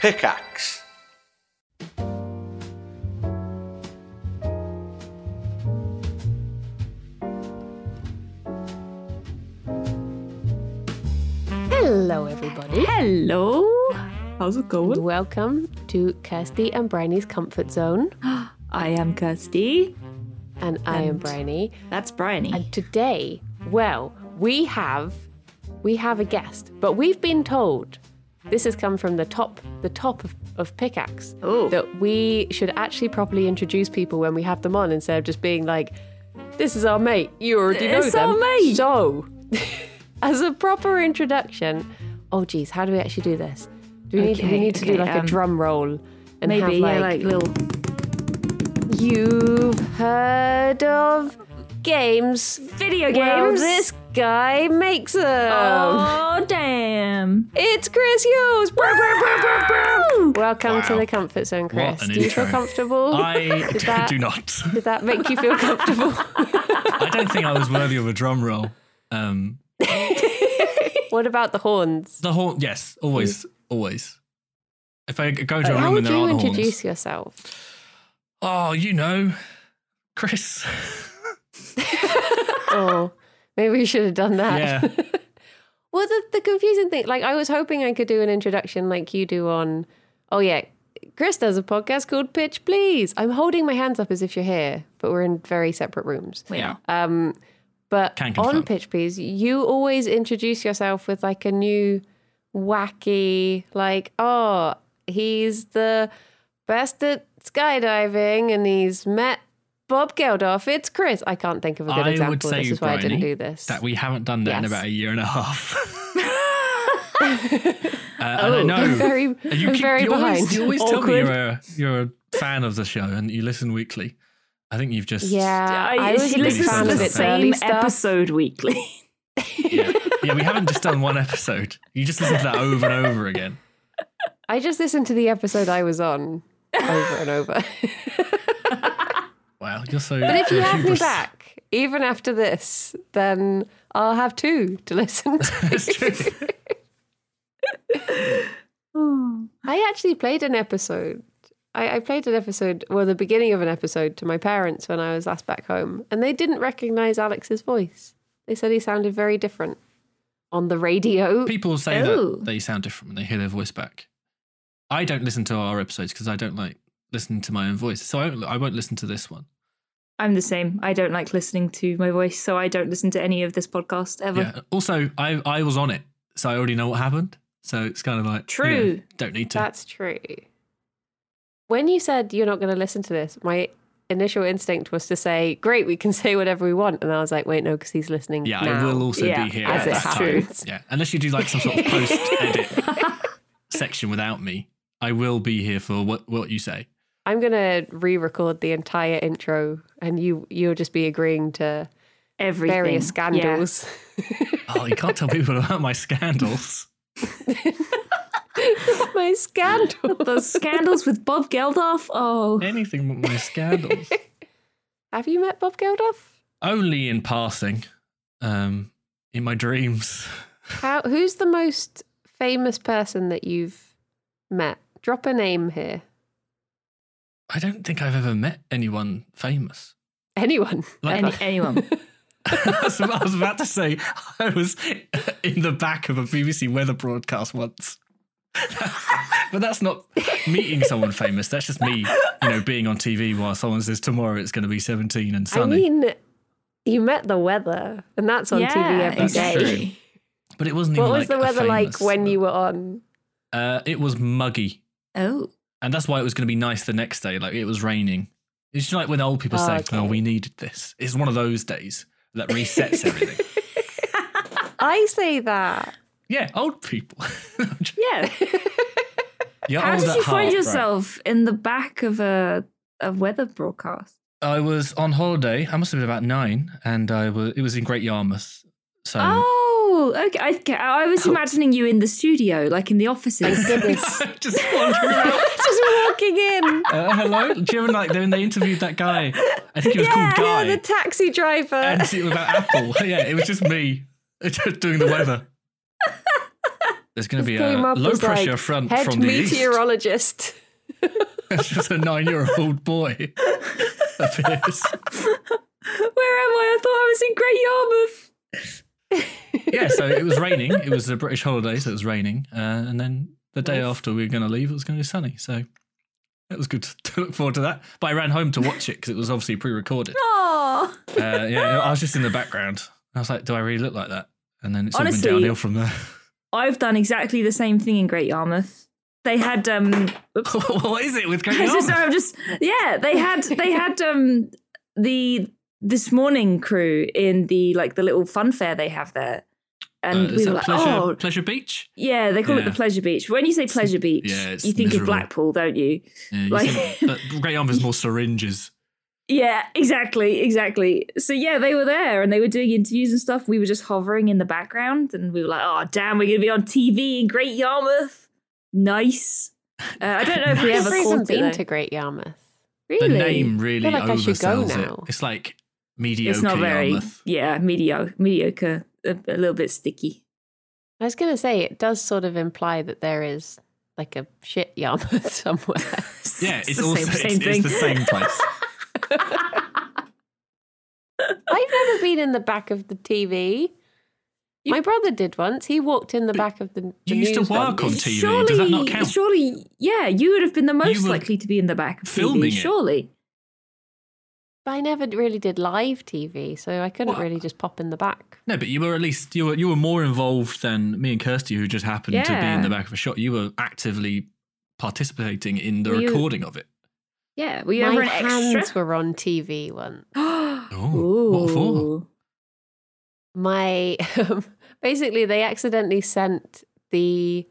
Pickaxe. Hello, everybody. Hello. How's it going? Welcome to Kirsty and Briny's Comfort Zone. I am Kirsty. And I am And- Briny. That's Bryony. And today, well, we have we have a guest, but we've been told this has come from the top the top of, of pickaxe Oh. that we should actually properly introduce people when we have them on instead of just being like, This is our mate, you already know It's them. our mate. So as a proper introduction, oh geez, how do we actually do this? Do we need we Okay, need to do okay, like um, a drum roll and Maybe have yeah, like little. You've heard of games. Video Well, games? this guy makes them. Oh damn! It's Chris Hughes. Brr, brr, brr, brr, brr. Welcome to Wow. the comfort zone, Chris. an Do you feel intro. comfortable? I Did Oh, that- do not. Did that make you feel comfortable? I don't think I was worthy of a drum roll. Um, what about the horns? the whole yes, always, always. If I go to a How room and would there you aren't introduce horns, yourself? oh, you know, Chris. Oh, maybe we should have done that. yeah, Well, the, the confusing thing, like I was hoping I could do an introduction like you do on, oh yeah, Chris does a podcast called Pitch Please. I'm holding my hands up as if you're here, but we're in very separate rooms. Yeah. Um, but Can on confirm. Pitch Please, you always introduce yourself with like a new wacky, like, oh, he's the best at skydiving and he's met Bob Geldof. It's Chris. I can't think of a good I would example. say, this is why I didn't Bryony, do this. that we haven't done that in Yes. about a year and a half. uh, and I Oh, know I'm very- and you I'm keep- very you always, behind. You always tell me Awkward. you're a, you're a fan of the show and you listen weekly. I think you've just Uh, Yeah, I, was she a big listens fan to of the its same early stuff. episode weekly. yeah. yeah, we haven't just done one episode. You just listen to that over and over again. I just listened to the episode I was on over and over. Wow, you're so. but if you have me back, even after this, then I'll have two to listen to. I actually played an episode. I, I played an episode, well, the beginning of an episode to my parents when I was last back home, and they didn't recognize Alex's voice. They said he sounded very different on the radio. People say Oh. that they sound different when they hear their voice back. I don't listen to our episodes because I don't like listening to my own voice, so I won't, I won't listen to this one. I'm the same. I don't like listening to my voice, so I don't listen to any of this podcast ever. Yeah. Also, I I was on it, so I already know what happened. So it's kind of like you True. know, don't need to. That's true. When you said you're not going to listen to this, my initial instinct was to say, "Great, we can say whatever we want," and I was like, "Wait, no, because he's listening." yeah, I now." will also Yeah, be here. as at it that time. happens. Yeah, unless you do like some sort of post edit section without me, I will be here for what what you say. I'm going to re-record the entire intro, and you you'll just be agreeing to Everything. various Yeah. scandals. Oh, you can't tell people about my scandals. my scandal. Those scandals with Bob Geldof. Oh, Anything but my scandals. Have you met Bob Geldof? Only in passing, um, in my dreams. How? Who's the most famous person that you've met? Drop a name here. I don't think I've ever met anyone famous. Anyone? Like- any, ever. anyone. I was I was about to say I was in the back of a BBC weather broadcast once. but that's not meeting someone famous. That's just me, you know, being on TV while someone says tomorrow it's going to be 17 and sunny. I mean, you met the weather, and that's on TV Yeah, every day. That's exactly. but it wasn't What was even like the a weather like famous- when you were on? Uh, it was muggy. Oh, And that's why it was going to be nice the next day. Like it was raining. It's just like when old people Oh, say, okay. "Oh, we needed this." It's one of those days that resets everything. I say that. yeah, old people. yeah. You're How old did at you heart, find right. yourself in the back of a, a weather broadcast? I was on holiday. I must have been about nine, and I was. It was in Great Yarmouth. So Oh, okay. I, okay. I was imagining you in the studio, like in the offices. Goodness. just wandering around. Just walking in. Uh, hello, do you remember like when they interviewed that guy? I think it was called Guy, Yeah, the taxi driver. and it was about Apple. yeah, it was just me just doing the weather. There's going to be Came a up low as, like, pressure front head from the east. meteorologist. It's just a nine-year-old boy appears. Where am I? I thought I was in Great Yarmouth. Yeah, so it was raining. It was a British holiday, so it was raining. Uh, and then the day Nice. after we were going to leave, it was going to be sunny. So it was good to look forward to that. But I ran home to watch it because it was obviously pre-recorded. Aw. Uh, yeah, I was just in the background. I was like, "Do I really look like that?" And then it's all been Honestly, downhill from there. I've done exactly the same thing in Great Yarmouth. They had um oops. what is it with Great So Yarmouth? sorry, I'm just yeah, they had they had um the this morning crew in the like the little fun fair they have there. And Uh, is we that were like, pleasure, oh, pleasure beach. yeah, they call it Yeah. the pleasure beach. When you say pleasure beach, Yeah, it's you think miserable. of Blackpool, don't you? Yeah, you Like- said- but Great Yarmouth is more syringes. Yeah, exactly, exactly. So yeah, they were there and they were doing interviews and stuff. We were just hovering in the background, and we were like, "Oh, damn, we're gonna be on TV in Great Yarmouth." Nice. Uh, I don't know if we I've ever never even caught it. been though. to Great Yarmouth. Really? The name really like I should go oversells now. it. It's like mediocre It's not very. Yarmouth. Yeah, mediocre, mediocre, a, a little bit sticky. I was going to say it does sort of imply that there is like a shit Yarmouth somewhere. Yeah, it's, also it's, it's the same place. I've never been in the back of the TV. My brother did once. He walked in the back of the. the you used to news one. work on TV. Surely, Does that not count? surely, yeah, you would have been the most were likely to be in the back of filming it. TV. Surely, But I never really did live TV, so I couldn't What? really just pop in the back. No, but you were at least you were you were more involved than me and Kirsty, who just happened to be in Yeah. the back of a shot. You were actively participating in the Were you- recording of it. yeah. Were you My ever an hands extra? were on TV once. Oh, what for? Ooh. My basically, they accidentally sent the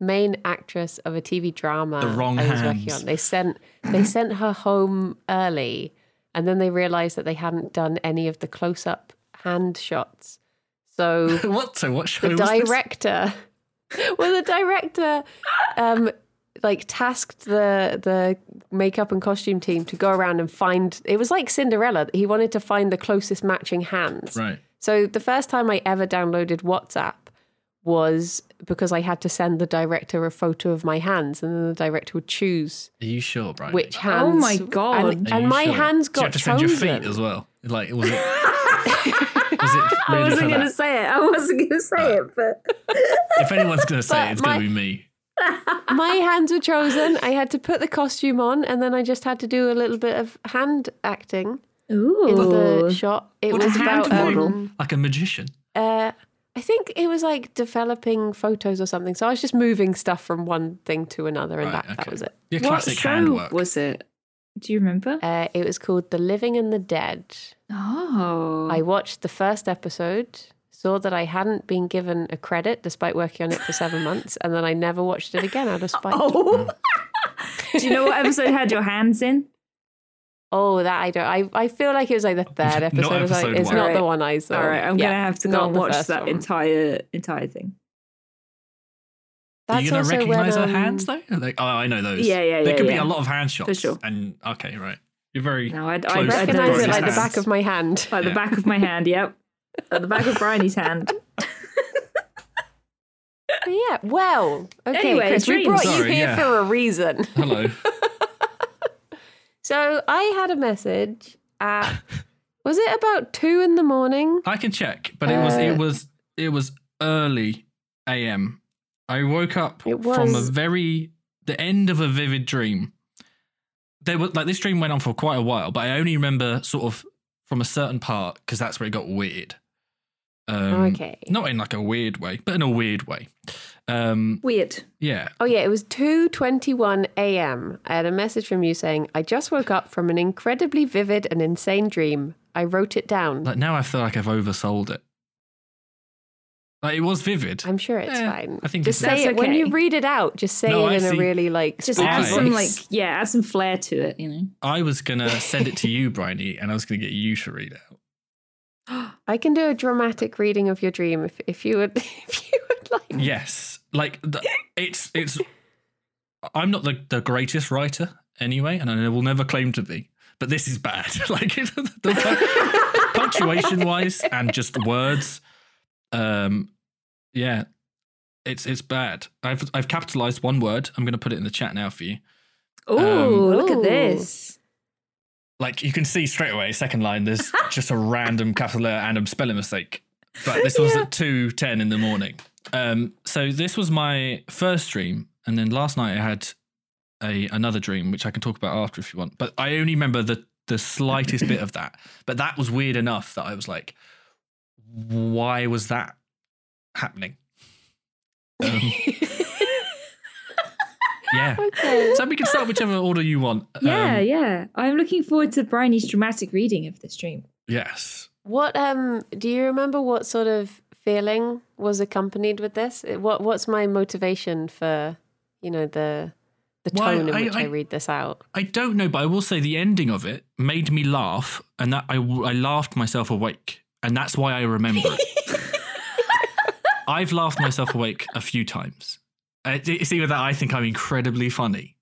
main actress of a TV drama The wrong I was working hands. on. They sent they sent her home early, and then they realised that they hadn't done any of the close up hand shots. So what? So what show the was this? director well the director um like tasked the the makeup and costume team to go around and find it was like cinderella he wanted to find the closest matching hands Right. so the first time i ever downloaded whatsapp was because i had to send the director a photo of my hands and then the director would choose Are you sure, Brian? which Are hands Oh my God. and, you and my sure? hands Did you got have to chosen send your feet as well. Like was it? was it I really for wasn't going to that? say it. I wasn't going to say it, but If anyone's going to say But it, it's my- going to be me. my hands were chosen. I had to put the costume on, and then I just had to do a little bit of hand acting in the ooh, shot. It What was did you have about to do? um, Like a magician. uh, I think it was like developing photos or something. So I was just moving stuff from one thing to another, and Right, that, that okay. was it. Your what classic show handwork. was it? Do you remember? Uh, it was called "The Living and the Dead." oh, I watched the first episode. Saw that I hadn't been given a credit despite working on it for seven months, and then I never watched it again out of spite. oh. Do you know what episode had your hands in? Oh, that I don't. I, I feel like it was like the third Not episode. It's like- episode it's one. not the Alright. one I saw. All right, I'm Yeah, gonna have to not go and the watch first that one. entire entire thing. Are you going to also when, recognize our um, hands though? Like, oh, I know those. Yeah, yeah, There yeah, could be yeah. a lot of hand shots. sure. And okay, right. You're very. No, I, I, Close. I don't Recognize it Brian's like the hands. back of my hand. like Yeah. the back of my hand. Yep, like the back of Bryony's hand. But yeah. Well, okay, Anyway, Chris, we dreams. brought you Sorry, here yeah. for a reason. Hello. So I had a message at was it about two in the morning? I can check, but it was Uh, it was it was early a.m. I woke up It from a was- very the end of a vivid dream. There was like this dream went on for quite a while, but I only remember sort of from a certain part because that's where it got weird. Um, okay. Not in like a weird way, but in a weird way. Um, Weird. yeah. Oh yeah, it was 2:21 a.m. I had a message from you saying, "I just woke up from an incredibly vivid and insane dream. I wrote it down. Like now, I feel like I've oversold it. Like it was vivid. I'm sure it's Eh, fine. I think just it's- say it That's when you okay. read it out. Just say No, I it in see. a really like Just spooky I- add some like voice. yeah, add some flair to it. You know. I was gonna send it to you, Bryony, and I was gonna get you to read it out. I can do a dramatic reading of your dream if, if you would if you would like. Yes, like the, it's it's. I'm not the, the greatest writer anyway, and I will never claim to be. But this is bad, like the, punctuation wise, and just words. Um, yeah, It's it's bad. I've I've capitalized one word. I'm going to put it in the chat now for you. Ooh, look Ooh. at this. Like you can see straight away, second line. There's just a random capital letter and a spelling mistake. But this was Yeah. at two ten in the morning. Um, so this was my first dream, and then last night I had a another dream, which I can talk about after if you want. But I only remember the the slightest bit of that. But that was weird enough that I was like, why was that happening? Um, yeah. okay. So we can start whichever order you want. Yeah, Um, yeah. I'm looking forward to Bryony's dramatic reading of this dream. yes. What um do you remember what sort of feeling was accompanied with this? It- What what's my motivation for, you know, the the Why, tone in I- which I, I- read this out? I don't know, but I will say the ending of it made me laugh, and that I, I laughed myself awake, and that's why I remember it. I've laughed myself awake a few times. Uh, It's either that I think I'm incredibly funny,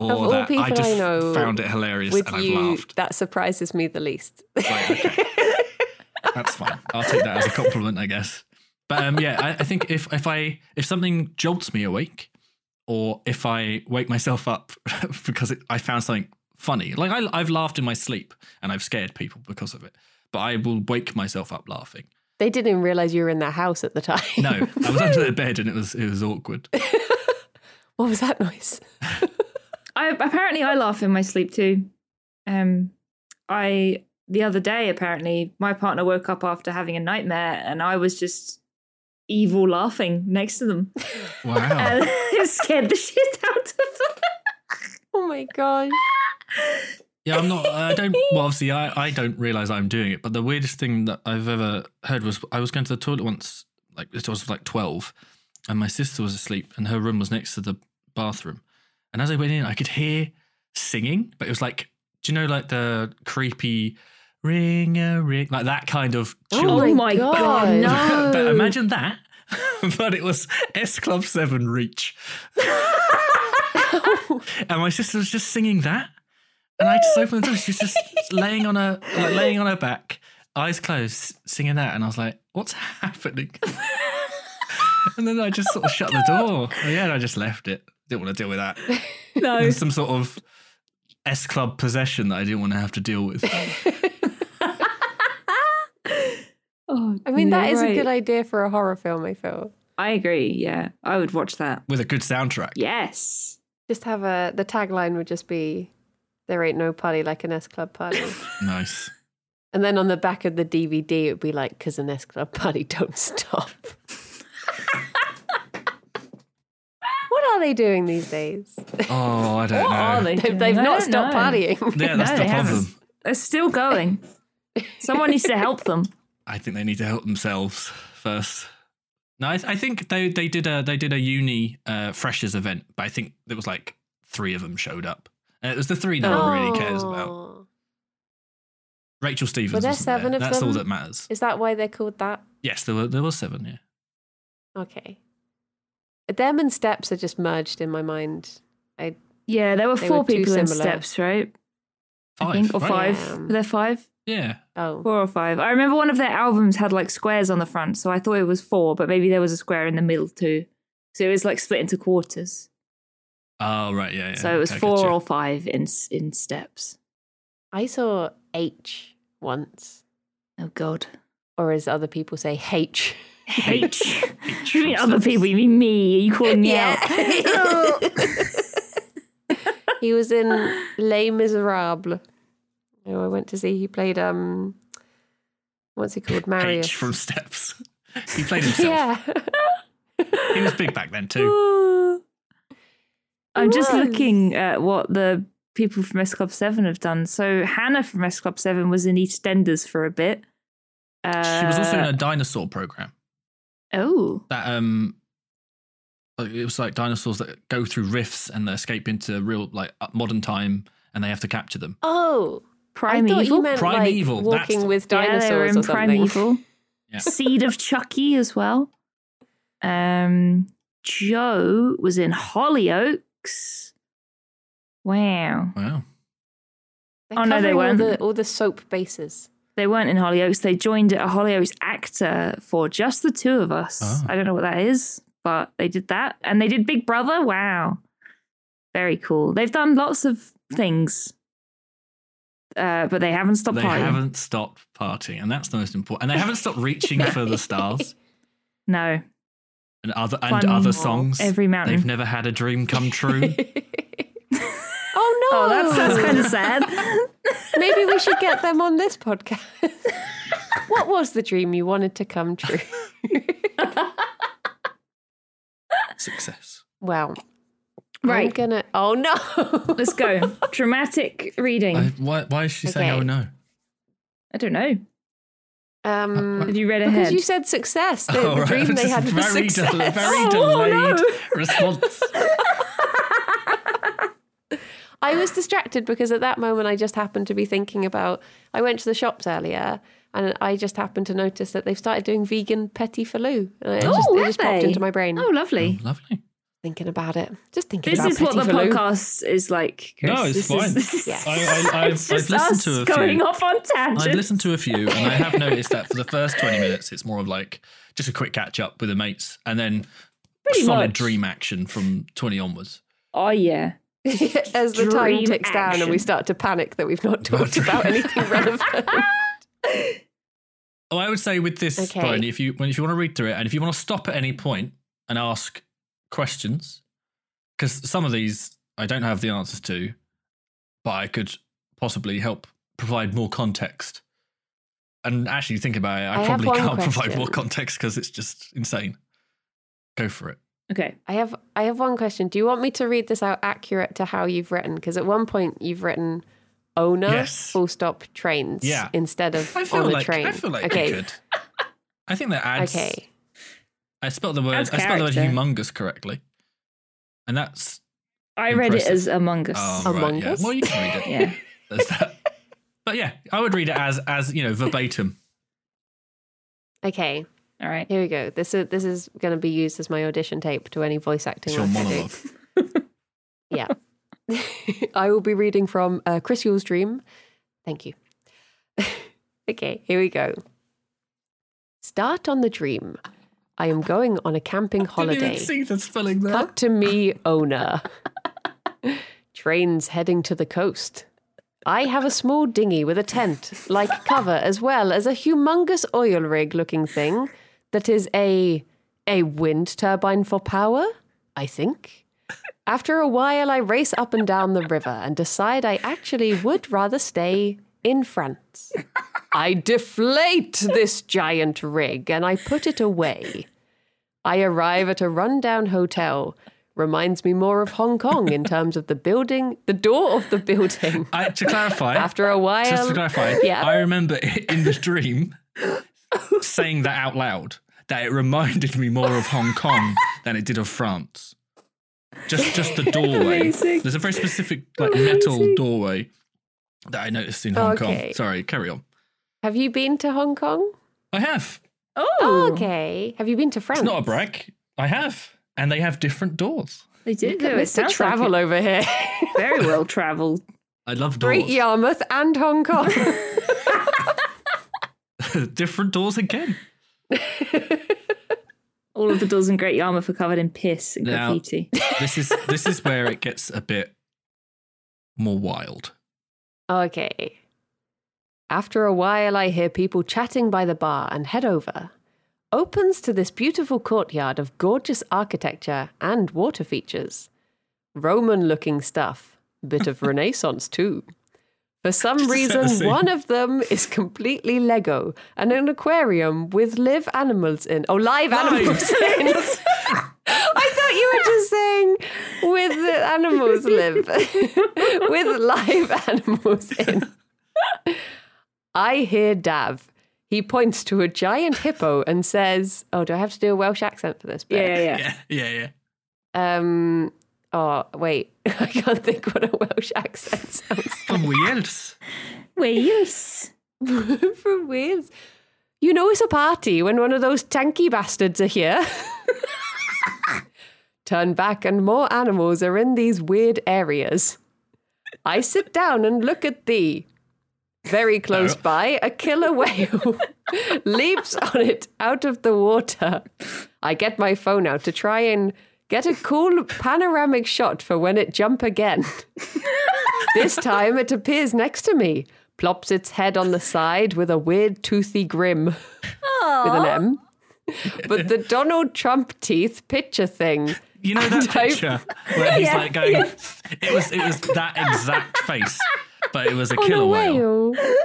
Of or all that I people just I know found it hilarious With and I've you laughed. that surprises me the least. Right, okay. That's fine. I'll take that as a compliment, I guess. But um, yeah, I, I think if if I if something jolts me awake, or if I wake myself up because it, I found something funny, like I, I've laughed in my sleep and I've scared people because of it, but I will wake myself up laughing. They didn't even realize you were in their house at the time. No, I was under the bed and it was it was awkward. what was that noise? I apparently I laugh in my sleep too. Um, I the other day apparently my partner woke up after having a nightmare and I was just evil laughing next to them. Wow. And it scared the shit out of them. Oh my gosh. Yeah, I'm not. I don't. Well, obviously, I, I don't realize I'm doing it. But the weirdest thing that I've ever heard was I was going to the toilet once, like it was like twelve, and my sister was asleep, and her room was next to the bathroom. And as I went in, I could hear singing, but it was like, do you know, like the creepy ring a ring, like that kind of children. Oh my God, no. but imagine that. but it was S Club Seven Reach, and my sister was just singing that, and I just opened the door. She was just laying on her, like laying on her back, eyes closed, singing that, and I was like, "What's happening?" and then I just sort of shut the door. Oh, yeah, and I just left it. Didn't want to deal with that. It No. was some sort of S Club possession that I didn't want to have to deal with. Oh, I mean, no, that is a right. good idea for a horror film, I feel. I agree. Yeah, I would watch that. With a good soundtrack. Yes. Just have a the tagline would just be there ain't no party like an S Club party. Nice. and then on the back of the DVD it would be like cuz an S Club party don't stop. what are they doing these days? Oh, I don't know. What are they? They've, doing? they've I not don't stopped know. partying. Yeah, that's No, the they haven't. problem. They're still going. Someone needs to help them. I think they need to help themselves first. No, I, I think they they did a they did a uni uh, freshers event, but I think there was like three of them showed up. And it was the three no one really cares about. Oh. Rachel Stevens. Were there wasn't seven of That's all them? that matters. Is that why they're called that? Yes, there were there was seven. Yeah. Okay. Them and steps are just merged in my mind. Yeah, there were They four were too people in similar. steps, right? Five. I think, or right? five. Yeah. Were there five? Yeah. Oh. Four or five. I remember one of their albums had like squares on the front, so I thought it was four, but maybe there was a square in the middle too. So it was like split into quarters. Oh right. Yeah. yeah. so it was I four gotcha. or five in s- in steps. I saw H once, Oh God. or as other people say, H. H. H you mean from other seven. people? You mean me? Are you calling me out? Oh. he was in Les Miserables. Oh, I went to see he played um what's he called? Marius. H from steps. he played himself. yeah. He was big back then too. I'm just was. looking at what the people from S Club 7 have done. So Hannah from S Club 7 was in EastEnders for a bit. Uh, she was also in a dinosaur program. Oh, that um like, it was like dinosaurs that go through rifts and they escape into real like uh, modern time and they have to capture them Oh. I thought Primeval. you meant Primeval, like that's walking the- with Yeah, dinosaurs they were in or something. Primeval. Yeah. Seed of Chucky as well. Um, Joe was in Hollyoaks. Wow. wow They're Oh, no, they covering weren't. All the, all the soap bases. They weren't in Hollyoaks. They joined a Hollyoaks actor for just the two of us. Oh. I don't know what that is, but they did that and they did Big Brother. Wow. Very cool. They've done lots of things. Uh, but they haven't stopped They partying. haven't stopped partying, and that's the most important. And they haven't stopped reaching for the stars No. and other and One other more songs. Every mountain. They've never had a dream come true. oh no! Oh, that's that's kind of sad. Maybe we should get them on this podcast. what was the dream you wanted to come true? Success. Well, I'm right. gonna. Oh no! Let's go. Dramatic reading. I, I, why, why is she saying, Okay. oh no? don't know. Um, Have you read because ahead? you said success. The, oh, the right. dream This they is had was very success. Del- very Oh, delayed no. response. I was distracted because at that moment I just happened to be thinking about. I went to the shops earlier and I just happened to notice that they've started doing vegan petit faloo. And it Oh, just, it have just popped they? into my brain oh, Um, lovely. Lovely. thinking about it. Just thinking This about is what the petit faloo. podcast is like. Chris. No, it's This fine. Is, this is- Yes. I, I, I've, it's I've just listened us to a going few. off on tangents. I've listened to a few, and I have noticed that for the first 20 minutes, it's more of like just a quick catch up with the mates and then Pretty solid much. dream action from 20 onwards. Oh yeah. As the time Dream ticks down and we action. start to panic that we've not talked dream. about anything relevant. Oh, I would say with this, Okay. Brian, if you, when, if you want to read through it and if you want to stop at any point and ask questions, because some of these I don't have the answers to, but I could possibly help provide more context. And actually, think about it, I, I have probably one can't provide more question. context because it's just insane. Go for it. Okay. I have I have one question. Do you want me to read this out accurate to how you've written? Because at one point you've written owner Yes. full stop trains Yeah. instead of I feel on a like train. I feel like okay. we could. I think that adds. Okay. I spelled the word. I Adds spelled the word character. humongous correctly, and that's I read it Impressive. as Among Us. oh, Among right, yeah. Us? Well, you can read it. Yeah. There's that. But yeah, I would read it as as you know verbatim. Okay. All right. Here we go. This is this is going to be used as my audition tape to any voice acting. It's your work I do. monologue. Yeah. I will be reading from uh, Chris Yule's dream. Thank you. okay, here we go. Start on the dream. I am going on a camping Didn't holiday. even see the spelling there. Cut to me, owner. Trains heading to the coast. I have a small dinghy with a tent like cover, as well as a humongous oil rig looking thing that is a a wind turbine for power, I think. After a while, I race up and down the river and decide I actually would rather stay in France. I deflate this giant rig and I put it away. I arrive at a rundown hotel. Reminds me more of Hong Kong in terms of the building, the door of the building. I, to clarify, After a while, just to clarify, yeah. I remember in the dream saying that out loud that it reminded me more of Hong Kong than it did of France. Just just the doorway. Amazing. There's a very specific like metal doorway that I noticed in Hong Okay. Kong. Sorry, carry on. have you been to Hong Kong? I have. Oh, Oh, okay. Have you been to France? It's not a brag. I have, and they have different doors. They did Look do at it. Mr. Sounds Travel like over here. it. Very well traveled. I love doors. Great Yarmouth and Hong Kong. different doors again. All of the doors in Great Yarmouth are covered in piss and Now- graffiti. This is this is where it gets a bit more wild. Okay. After a while, I hear people chatting by the bar and head over. Opens to this beautiful courtyard of gorgeous architecture and water features. Roman looking stuff, bit of Renaissance too. For some Just set the reason, scene. one of them is completely Lego and an aquarium with live animals in. Oh, live animals in. I thought you were just saying with the animals live, with live animals in. I hear Dav. He points to a giant hippo and says, "Oh, do I have to do a Welsh accent for this bit?" Yeah, yeah, yeah. Yeah, yeah, yeah. Um. Oh wait, I can't think what a Welsh accent sounds From where else? Wales. like from Wales. You know it's a party when one of those tanky bastards are here. Turn back and more animals are in these weird areas. I sit down and look at thee. Very close Oh. by, a killer whale leaps on it out of the water. I get my phone out to try and get a cool panoramic shot for when it jump again. this time it appears next to me, plops its head on the side with a weird toothy grin with an M. But the Donald Trump teeth picture thing. You know that And I- picture where he's Yeah, like going. It was it was that exact face, but it was a on killer a whale. whale.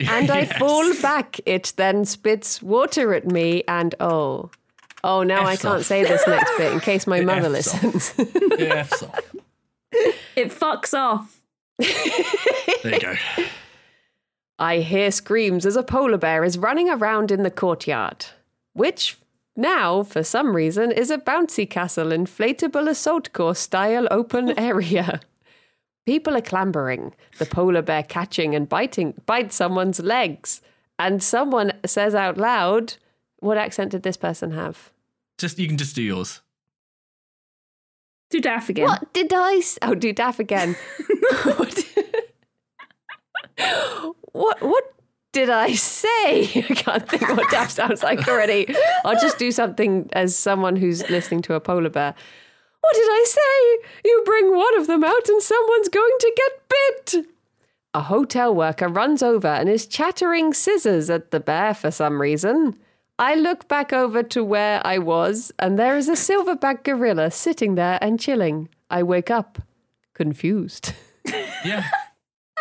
and I Yes. fall back. It then spits water at me, and oh, oh, now I F's can't off. say this next bit in case my mother F's off. listens. Yeah, so- It fucks off. There you go. I hear screams as a polar bear is running around in the courtyard, which now, for some reason, is a bouncy castle inflatable assault course style open area. People are clambering, the polar bear catching and biting bites someone's legs, and someone says out loud, What accent did this person have? Just you can just do yours. Do daff again. What did I? S- oh, do Daff again. what, what? What did I say? I can't think what Daff sounds like already. I'll just do something as someone who's listening to a polar bear. What did I say? You bring one of them out, and someone's going to get bit. A hotel worker runs over and is chattering scissors at the bear for some reason. I look back over to where I was, and there is a silverback gorilla sitting there and chilling. I wake up, confused. Yeah.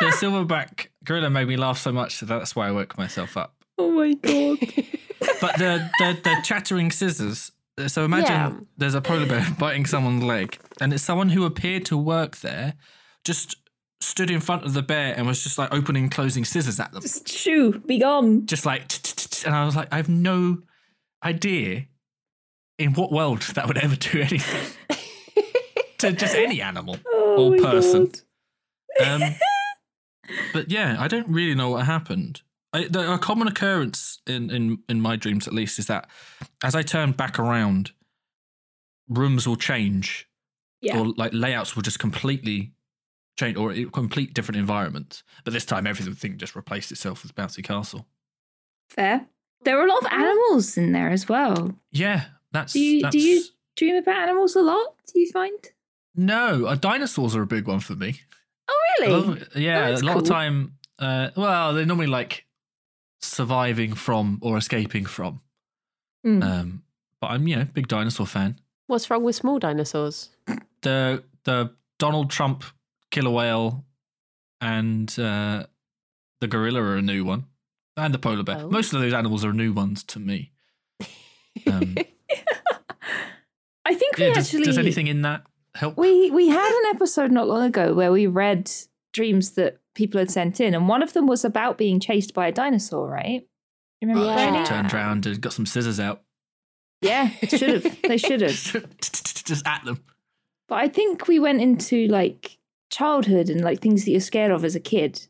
The silverback gorilla made me laugh so much that that's why I woke myself up. Oh my god. But the the, the chattering scissors. So imagine Yeah. there's a polar bear biting someone's leg, and it's someone who appeared to work there, just stood in front of the bear and was just like opening and closing scissors at them. Shoo, be gone. just like "Tch, tch, tch," and I was like, I have no idea in what world that would ever do anything to just any animal. Oh Or my person. god. Um, but yeah, I don't really know what happened. I, the, a common occurrence in, in in my dreams, at least, is that as I turn back around, rooms will change, Yeah. or like layouts will just completely change, or it- complete different environments. But this time, everything just replaced itself with bouncy castle. Fair. There are a lot of animals in there as well. Yeah, that's Do you- that's do you- Dream about animals a lot, do you find? No, uh, dinosaurs are a big one for me. Oh A really? lot of- yeah, Oh, that's a lot of cool. time. Uh, well, they're normally like surviving from or escaping from. Mm. Um, but I'm, you know, big dinosaur fan. What's wrong with small dinosaurs? The the Donald Trump killer whale and uh, the gorilla are a new one, and the polar bear. Oh. Most of those animals are new ones to me. Um, I think we yeah, does, actually does anything in that help? we we had an episode not long ago where we read dreams that people had sent in, and one of them was about being chased by a dinosaur, right? You remember Oh, that? should've Yeah. Turned around and got some scissors out, Yeah, should have. They should have. just at them. But I think we went into like childhood and like things that you're scared of as a kid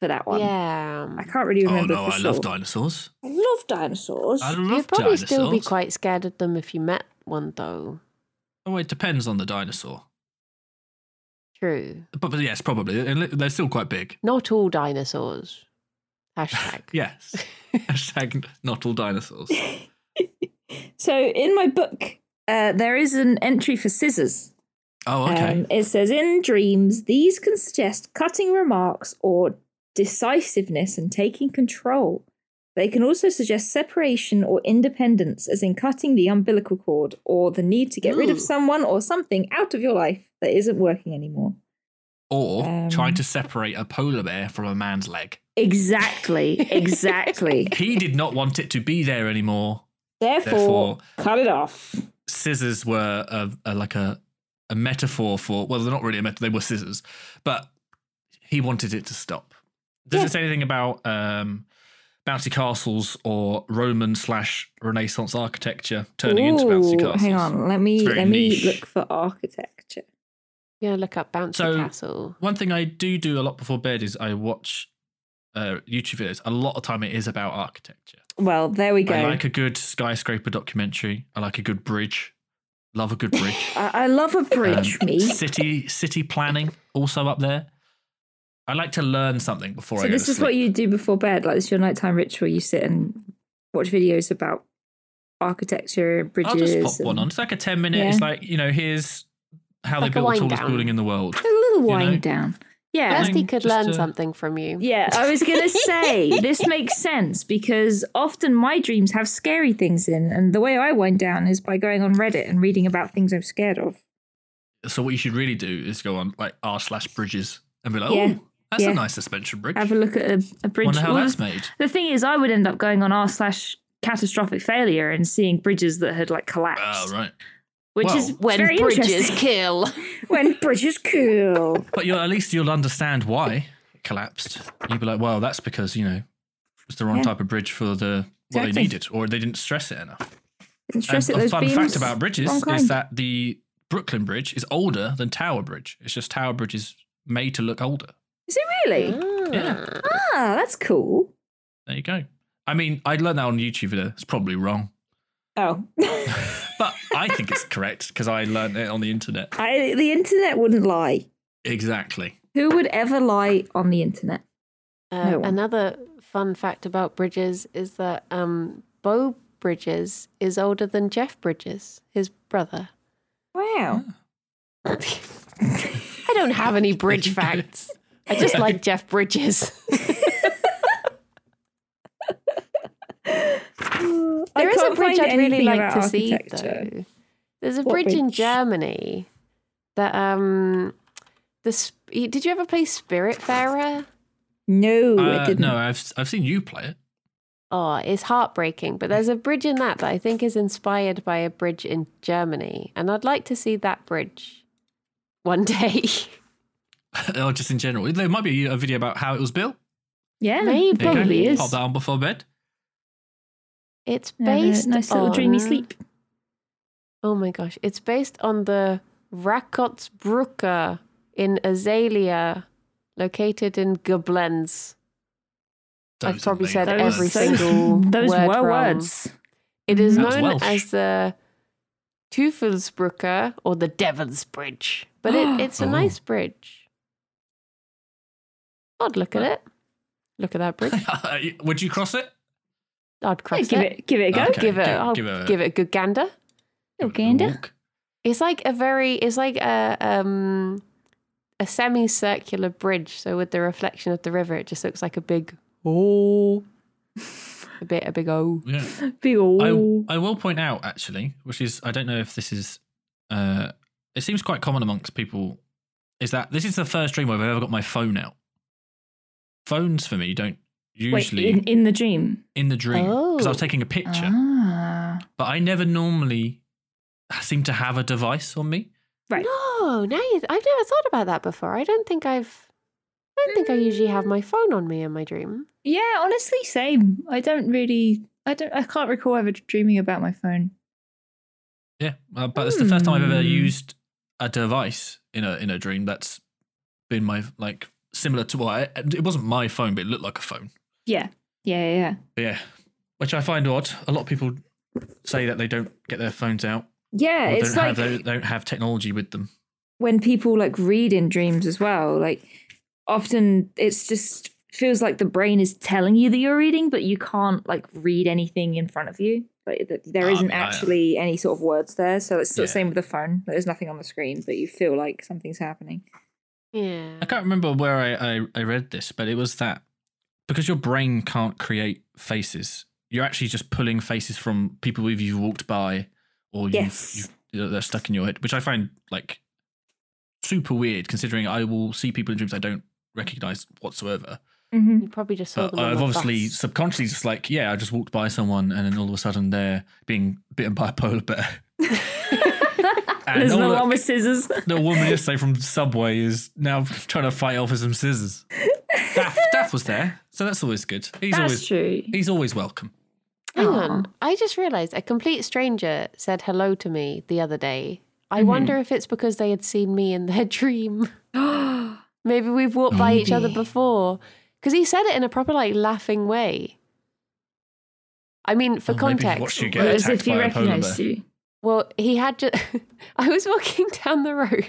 for that one. Yeah. I can't really Oh remember. no, for I sure. love dinosaurs. I love dinosaurs. I love You'd probably dinosaurs. still be quite scared of them if you met one, though. Oh, it depends on the dinosaur. True. But, but yes, probably. And They're still quite big. Not all dinosaurs. Hashtag. Yes. Hashtag not all dinosaurs. So in my book, uh, there is an entry for scissors. Oh, okay. Um, it says in dreams, these can suggest cutting remarks or decisiveness and taking control. They can also suggest separation or independence, as in cutting the umbilical cord or the need to get rid Ooh. of someone or something out of your life that isn't working anymore. or um, trying to separate a polar bear from a man's leg. Exactly, exactly. He did not want it to be there anymore. Therefore, Therefore- cut it off. Scissors were a, a, like a, a metaphor for, well, they're not really a metaphor, they were scissors, but he wanted it to stop. Does Yeah. it say anything about um, bouncy castles or Roman slash Renaissance architecture turning into bouncy Ooh, castles? Hang on, let me It's very let me niche. look for architecture. I'm going to look up Bouncy So- Castle. One thing I do do a lot before bed is I watch uh, YouTube videos. A lot of time it is about architecture. Well, there we go. I like a good skyscraper documentary. I like a good bridge. Love a good bridge. I, I love a bridge, Um, me. City city planning also up there. I like to learn something before I So go this to is sleep. what you do before bed. Like it's your nighttime ritual. You sit and watch videos about architecture, I'll bridges. just pop one and- on. It's like a 10 minute, it's like, you know, here's how Like a they built the wind tallest down. building in the world. A little know? wind down. Yeah. That's- Kirsty could Just learn to- something from you. Yeah, I was gonna say this makes sense because often my dreams have scary things in, and the way I wind down is by going on Reddit and reading about things I'm scared of. So what you should really do is go on like r slash bridges and be like, Yeah. oh, that's Yeah. a nice suspension bridge. Have a look at a, a bridge. Wonder how Well, that's made. the thing is, I would end up going on r slash catastrophic failure and seeing bridges that had like collapsed, Oh, right. which Well- is When very bridges interesting. kill. when bridges cool. But you'll, at least you'll understand why it collapsed. You'll be like, well, that's because, you know, it was the wrong Yeah. type of bridge for the what Exactly. they needed, or they didn't stress it enough. And stress And it, a those fun beams. fact about bridges wrong is kind. that the Brooklyn Bridge is older than Tower Bridge. It's just Tower Bridge is made to look older. is it really? Yeah. Ah, that's cool. There you go. I mean, I learned that on YouTube video. It's probably wrong, Oh, but I think it's correct because I learned it on the internet. I, the internet wouldn't lie. Exactly. Who would ever lie on the internet? Uh, No. Another fun fact about bridges is that um, Bo Bridges is older than Jeff Bridges, his brother. Wow. I don't have any bridge facts. I just like Jeff Bridges. There is a bridge I'd really like to see, though. There's a What bridge, in bridge? Germany that um, the sp- did you ever play Spiritfarer? No, I Uh, didn't. no, I've I've seen you play it. Oh, it's heartbreaking. But there's a bridge in that that I think is inspired by a bridge in Germany, and I'd like to see that bridge one day. or just in general. There might be a video about how it was built. Yeah, Maybe. There you go. probably is. Pop that on before bed. It's Yeah, the based nice little dreamy on- sleep. Oh my gosh, it's based on the Rakotsbrücke in Azalea, located in Goblenz. I've Those probably amazing said words. every single those word wrong. were words. It is That's known Welsh. as the Teufelsbrücke or the Devil's Bridge, but it, it's a Oh. nice bridge. I'd look at it. Look at that bridge. Would you cross it? I'd Yeah, cross give it. it, give it a go. Okay. Give it. give- I'll give it a- give it a good gander. Little Give it a gander. walk. It's like a very, it's like a um, a semicircular bridge. So with the reflection of the river, it just looks like a big oh, a bit a big oh. Yeah. Big I, ol' I will point out actually, which is I don't know if this is uh it seems quite common amongst people is that this is the first dream where I've ever got my phone out. Phones for me don't wait usually in, in, in the dream. the dream because I was Oh. taking a picture, Ah, but I never normally seem to have a device on me. right. No, now you I've never thought about that before. I don't think I've. I don't think I usually have my phone on me in my dream. Yeah, honestly, same. I don't really. I don't. I can't recall ever dreaming about my phone. Yeah, uh, but it's the first time I've ever Hmm. used a device in a in a dream that's been my like similar to what I, it wasn't my phone, but it looked like a phone. Yeah, yeah, yeah. yeah. Yeah, which I find odd. A lot of people say that they don't get their phones out. Yeah, or it's don't like have they don't have technology with them. when people like read in dreams as well like often it's just feels like the brain is telling you that you're reading but you can't like read anything in front of you like th- there Ah, isn't I- actually any sort of words there so it's the Yeah. same with the phone there's nothing on the screen but you feel like something's happening Yeah. I can't remember where I, I, I read this, but it was that because your brain can't create faces, you're actually just pulling faces from people who you've walked by or you've, Yes. you've- you know, they're stuck in your head, which I find like super weird considering I will see people in dreams I don't recognize whatsoever. mm-hmm. You probably just saw Uh, them. on I've the obviously bus. subconsciously just like, yeah, I just walked by someone and then all of a sudden they're being bitten by a polar bear. And there's oh, another look. one with scissors The woman yesterday from Subway is now trying to fight off with some scissors. Daff, Daff was there, so that's always good. He's that's always true he's always welcome. Hang Aw. on. I just realized a complete stranger said hello to me the other day. I Mhm. wonder if it's because they had seen me in their dream. Maybe we've walked by each other Maybe. before. Because he said it in a proper, like, laughing way. I mean, for Oh, maybe he context, watched you Well, get as attacked if he by a polar bear. recognized you Well, he had just. I was walking down the road.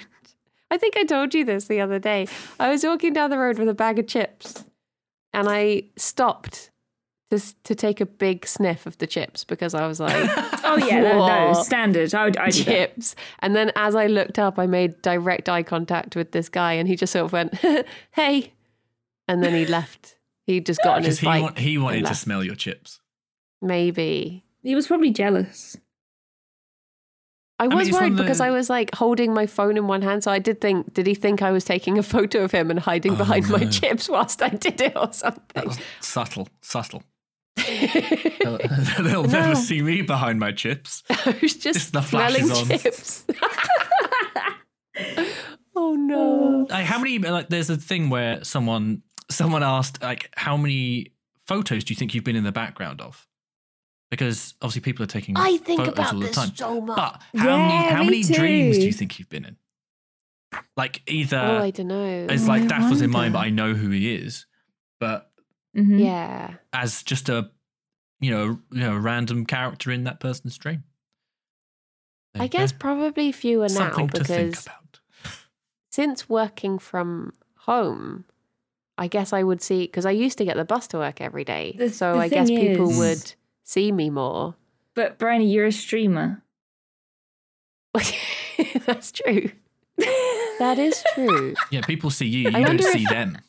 I think I told you this the other day. I was walking down the road with a bag of chips and I stopped to s- to take a big sniff of the chips because I was like Oh yeah, no, no Whoa. standard. I would, I do that. chips. And then as I looked up, I made direct eye contact with this guy, and he just sort of went, "Hey," and then he left. He just got on Because his he, bike. want, he wanted to left. smell your chips. Maybe He was probably jealous. I mean, was it's one worried of because the- I was like holding my phone in one hand, so I did think, did he think I was taking a photo of him and hiding Oh, behind my no. chips whilst I did it or That something? was subtle, subtle. They'll, they'll No. never see me behind my chips. I was just Just the flashes smelling on. chips. oh no! Like, how many? Like, there's a thing where someone someone asked like, how many photos do you think you've been in the background of? Because obviously people are taking I think photos about all the this time. so much. But how many Yeah, how me many dreams too. do you think you've been in? Like either oh, I don't know. Uh, it's Oh, like I Daff was in mine, but wonder. I know who he is. But Mhm. yeah. as just a you know you know a random character in that person's dream. There I you go. guess probably fewer something now to think because about. since working from home, I guess I would see because I used to get the bus to work every day. The- so the I guess thing people is- would see me more. But Bryony, you're a streamer. That's true. That is true. Yeah, people see you. I You don't wonder see them.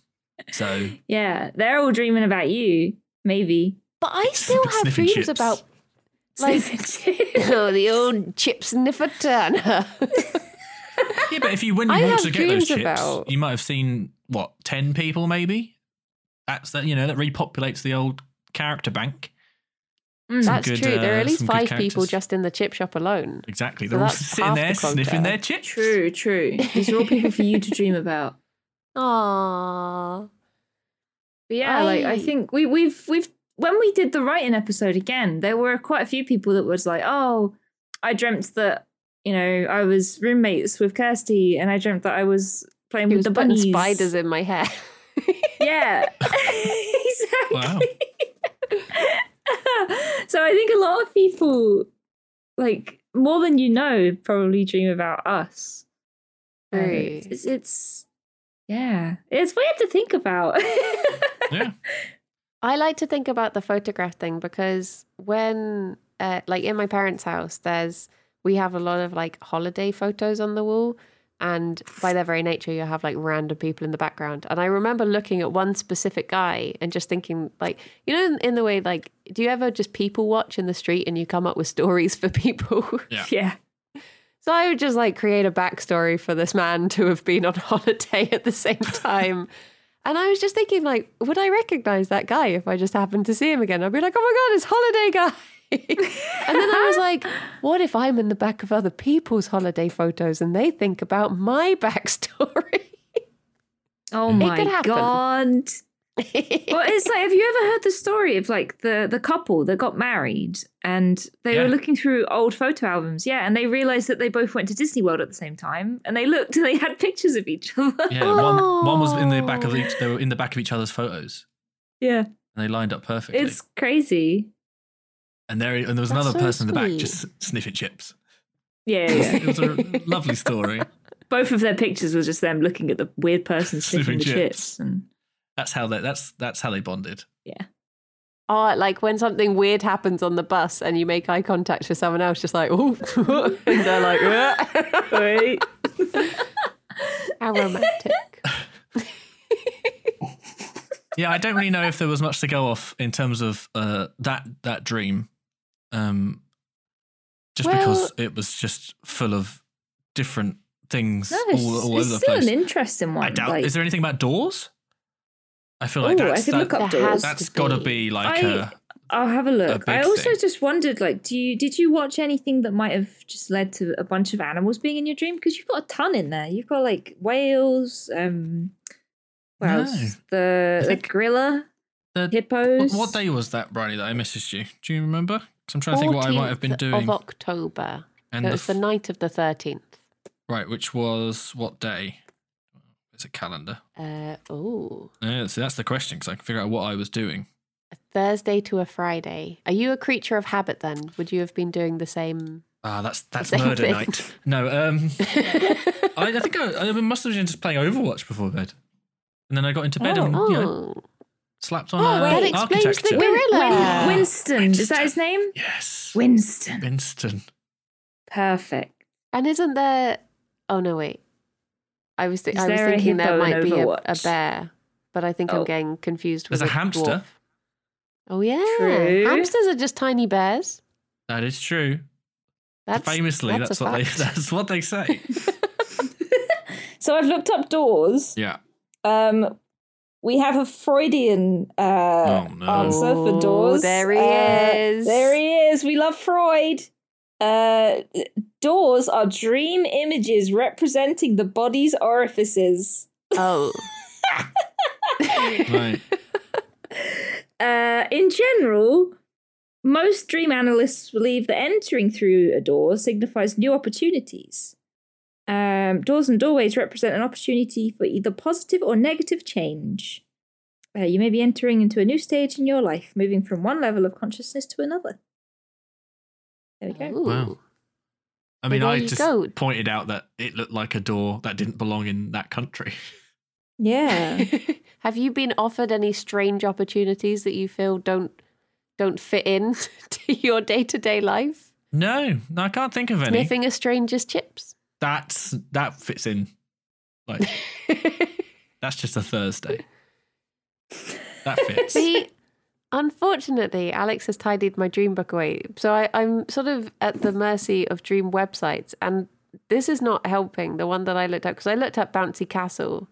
So Yeah, they're all dreaming about you. Maybe. But I still have Sniffing dreams chips. about like oh, the old chip sniffer Turner. yeah, but if you when you I want have to get those dreams chips, about- you might have seen what ten people maybe. That's that you know that repopulates the old character bank. Mm. That's good, true. There are uh, at least some good five people characters. just in the chip shop alone. Exactly, So they're all that's sitting half there the quota. sniffing their chips. True, true. These are all people for you to dream about. Aww. But yeah, like I Right. think we we've we've when we did the writing episode again, there were quite a few people that was like, "Oh, I dreamt that you know I was roommates with Kirsty, and I dreamt that I was playing He with was the putting bunnies." spiders in my hair. yeah, exactly. Wow. so I think a lot of people, like more than you know, probably dream about us. And Right. It's, it's yeah, it's weird to think about. Yeah, I like to think about the photograph thing because when, uh, like, in my parents' house, there's we have a lot of like holiday photos on the wall, and by their very nature, you have like random people in the background. And I remember looking at one specific guy and just thinking, like, you know, in, in the way, like, do you ever just people watch in the street and you come up with stories for people? yeah. So I would just like create a backstory for this man to have been on holiday at the same time. and I was just thinking, like, would I recognize that guy if I just happened to see him again? I'd be like, oh my God, it's holiday guy. and then I was like, what if I'm in the back of other people's holiday photos and they think about my backstory? Oh It my could happen. god! Well, it's like, have you ever heard the story of like the the couple that got married and they were Yeah. looking through old photo albums? Yeah, and they realized that they both went to Disney World at the same time, and they looked and they had pictures of each other. yeah. One one was in the back of each. They were in the back of each other's photos, Yeah, and they lined up perfectly. it's crazy. and there and there was That's another so person in the back sweet. just sniffing chips. Yeah, It was, yeah. it was a lovely story. both of their pictures were just them looking at the weird person sniffing Sniffing the chips. chips. And That's how they. That's that's how they bonded. Oh, like when something weird happens on the bus and you make eye contact with someone else, just like, oh, and they're like, "Yeah." wait, how romantic. yeah, I don't really know if there was much to go off in terms of uh, that that dream, um, just Well- because it was just full of different things no, it's, all, all it's over the still place. an interesting one. I doubt. like- is there anything about doors? I feel like Ooh, that's I could that, look up There has doors. that's to got to be. be like I- a I'll have a look. big I also thing. just wondered, like, do you did you watch anything that might have just led to a bunch of animals being in your dream? Because you've got a ton in there. You've got like whales, um, what No. else? The, I the think- gorilla, the- hippos. What day was that, Bryony? That I messaged you. Do you remember? 'Cause I'm trying to think what I might have been 14th doing. Of October. and it the, was the f- night of the 13th. right, which was what day? It's a calendar. Uh, oh, Yeah, so that's the question because I can figure out what I was doing. a Thursday to a Friday. Are you a creature of habit then? Would you have been doing the same? Ah, that's that's Same murder thing. night. No, um, oh, I, I think I, I must have been just playing Overwatch before bed, and then I got into bed and you know, slapped on Oh, uh, that explains the architecture. win- Gorilla. Win- Winston. Is that his name? yes. Winston. Winston. Perfect. And isn't there? Oh no, wait. I was, thi- Is I was there a thinking there hippo in might be a, a Overwatch? bear, but I think I'm Oh. getting confused with There's a hamster. dwarf. Oh yeah, True. hamsters are just tiny bears. That is true. That's Famously, that's, that's, a what fact. they that's what they say. So I've looked up doors. yeah. Um, we have a Freudian uh, Oh, no. answer for Oh, doors. there he Uh, is. There he is. We love Freud. Uh, doors are dream images representing the body's orifices. Oh, Right. Uh, in general, most dream analysts believe that entering through a door signifies new opportunities. Um, doors and doorways represent an opportunity for either positive or negative change. Uh, you may be entering into a new stage in your life, moving from one level of consciousness to another. There we go. Ooh. Wow. I mean, Well, I there you just go. pointed out that it looked like a door that didn't belong in that country. Yeah. Have you been offered any strange opportunities that you feel don't don't fit in to your day to day life? No, no, I can't think of any. Sniffing a stranger's chips. That's that fits in. Like that's just a Thursday. That fits. See, unfortunately, Alex has tidied my dream book away. So I, I'm sort of at the mercy of dream websites. And this is not helping the one that I looked up because I looked up Bouncy Castle,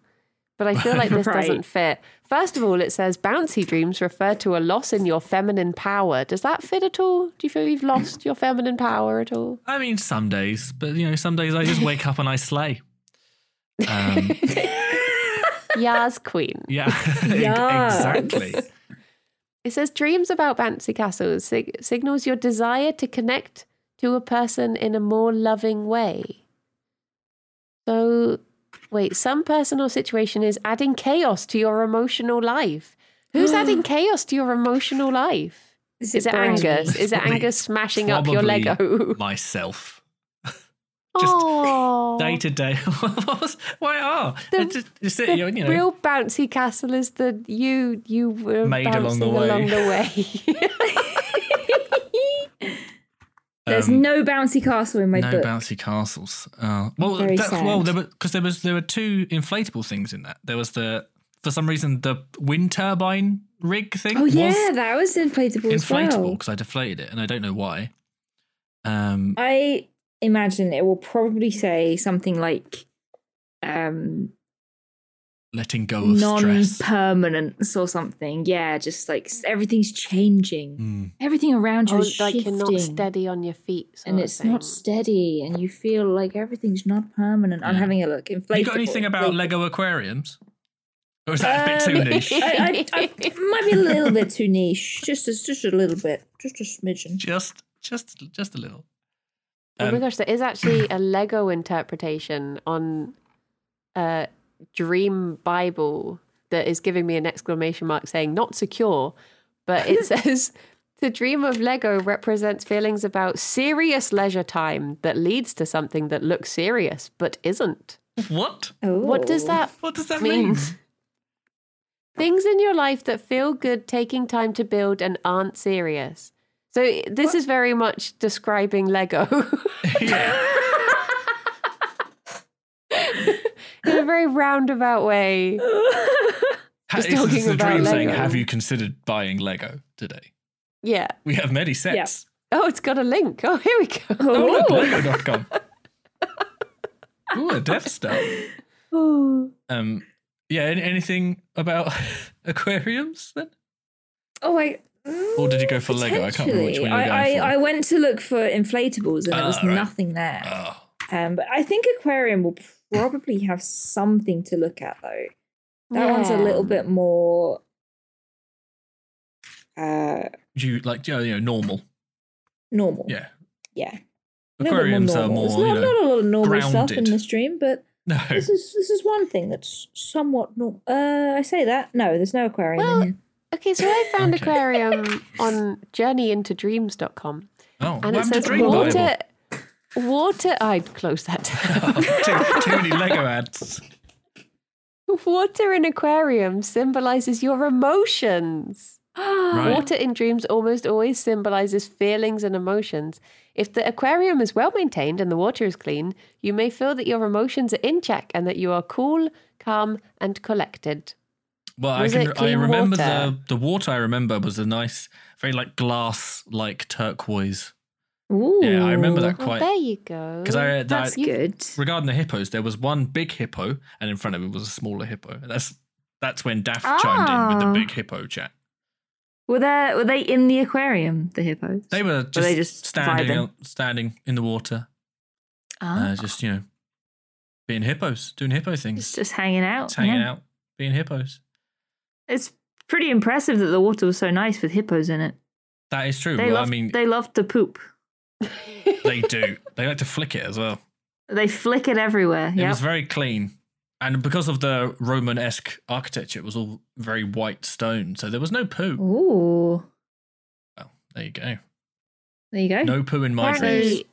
but I feel like this Right. doesn't fit. First of all, it says bouncy dreams refer to a loss in your feminine power. Does that fit at all? Do you feel you've lost your feminine power at all? I mean, some days, but you know, some days I just wake up and I slay. Um, Yas Queen. yeah, e- Yes. exactly. It says dreams about bouncy castles sig- signals your desire to connect to a person in a more loving way. So, wait, some person or situation is adding chaos to your emotional life. Who's adding chaos to your emotional life? Is it Brownie? Angus? Is it Probably- Angus smashing up your probably Lego? Myself, just Oh, day to day. What was- Why are The- It's just- it's it, the you know, real bouncy castle is the you you were Made along the bouncing way. along the way. There's um, no bouncy castle in my no book. bouncy castles. Oh. Well, Very that's, well, sad. there because there was there were two inflatable things in that. There was the for some reason the wind turbine rig thing. oh was yeah, that was inflatable, as inflatable well. because I deflated it and I don't know why. Uh, Um, I imagine it will probably say something like um letting go of Oh, stress. non-permanence or something. Yeah, just like s- everything's changing. Mm. Everything around you Oh, is like you're shifting. not steady on your feet, sort and of it's not thing. steady and you feel like everything's not permanent. I'm Yeah. having a look. Inflatable. You got anything about inflatable. Lego aquariums? Or is that a Um, bit too niche? I, I, I might be a little bit too niche. Just a, just a little bit. Just a smidgen. just, just, just a little. Oh my Um, gosh, there is actually a Lego interpretation on uh, Dream Bible that is giving me an exclamation mark saying not secure, but it says the dream of Lego represents feelings about serious leisure time that leads to something that looks serious but isn't. What? Oh. What does that What does that mean? mean? Things in your life that feel good, taking time to build and aren't serious. So this is very much describing Lego. yeah. in a very roundabout way. Just talking this is the about dream saying, Lego. have you considered buying Lego today? Yeah. We have many sets. Oh, it's got a link. Oh, here we go. Oh, look, Oh. Lego.com. Ooh, a Death Star. Um, yeah, any- anything about aquariums then? Oh, I. Or did you go for Lego? I can't remember which one you were I, going I, for. I went to look for inflatables and there was Ah, right. nothing there. Oh, Um, but I think aquarium will probably have something to look at though. That one's a Yeah. little bit more. Uh, you like, you know, you know, normal. normal. Yeah. Yeah. A little bit Aquariums are normal. more, There's not, you know, not a lot of normal stuff in grounded. this dream, but no. this is this is one thing that's somewhat normal. Uh, I say that no, there's no aquarium Well, in here. Okay, so I found Okay. aquarium on journeyintodreams.com Oh, and well, it I'm the says dream Bible. water Oh, water I'd close that down. too, too many Lego ads. Water in aquarium symbolizes your emotions. Right. Water in dreams almost always symbolizes feelings and emotions. If the aquarium is well maintained and the water is clean, you may feel that your emotions are in check and that you are cool, calm, and collected. Well, I Was can. it re- I clean remember water? the the water. I remember was a nice, very like glass, like turquoise. Ooh. Yeah, I remember that Well, quite. there you go. Because I that, That's good. regarding the hippos, there was one big hippo, and in front of it was a smaller hippo. That's that's when Daft chimed in with Ah. the big hippo chat. Were they were they in the aquarium? The hippos. They were just, they just standing, vibing? out- standing in the water, Ah. uh, just you know, being hippos, doing hippo things, just just hanging out. just hanging yeah. out, being hippos. It's pretty impressive that the water was so nice with hippos in it. That is true. They well, loved I mean, they loved to poop. they do. They like to flick it as well. They flick it everywhere. It Yeah. was very clean. And because of the Roman esque architecture, it was all very white stone. So there was no poo. Ooh. Well, there you go. There you go. No poo in my dreams. Apparently,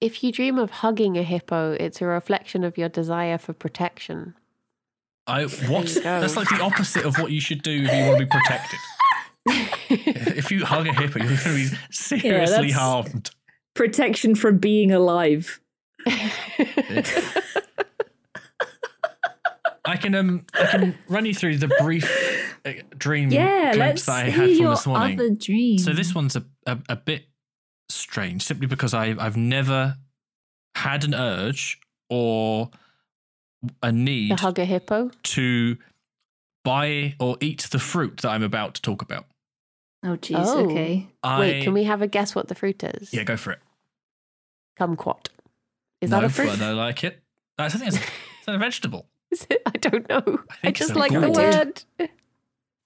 if you dream of hugging a hippo, it's a reflection of your desire for protection. I what? you go. That's like the opposite of what you should do if you want to be protected. if you hug a hippo, you're going to be seriously that's- harmed. Protection from being alive. I can um I can run you through the brief uh, dream Yeah, let's glimpse that I hear had from your this morning. other dream. So this one's a, a, a bit strange, simply because I I've never had an urge or a to need hug a hippo. to buy or eat the fruit that I'm about to talk about. Oh jeez. Oh. Okay. I, Wait, can we have a guess what the fruit is? Yeah, go for it. Kumquat. Is no, that a fruit? but uh, I like it. I think it's, it's a vegetable. Is it? I don't know. I, it's just a like the gourd. word.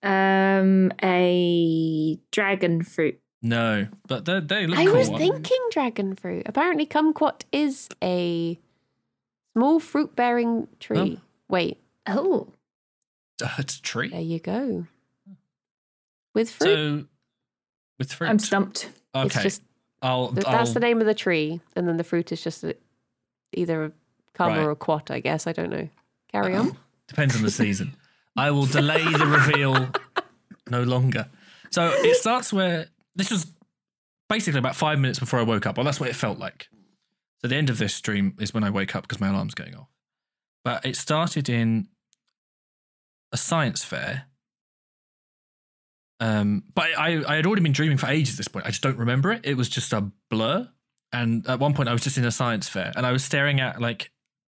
Um, a dragon fruit. No, but they they look I cool. was thinking dragon fruit. Apparently, kumquat is a small fruit bearing tree. Wait, Oh. Uh, it's a there tree. you go. With fruit. So with fruit. I'm stumped. It's okay, just I'll, Th- I'll That's the name of the tree, and then the fruit is just a, either a cum Right. Uh, or a quat, I guess. I don't know. Carry on. Depends on the season. I will delay the reveal no longer. So it starts where this was basically about five minutes before I woke up. Well, that's what it felt like. So the end of this stream is when I wake up because my alarm's going off. But it started in a science fair. Um, but I, I had already been dreaming for ages at this point. I just don't remember it. It was just a blur. And at one point, I was just in a science fair and I was staring at like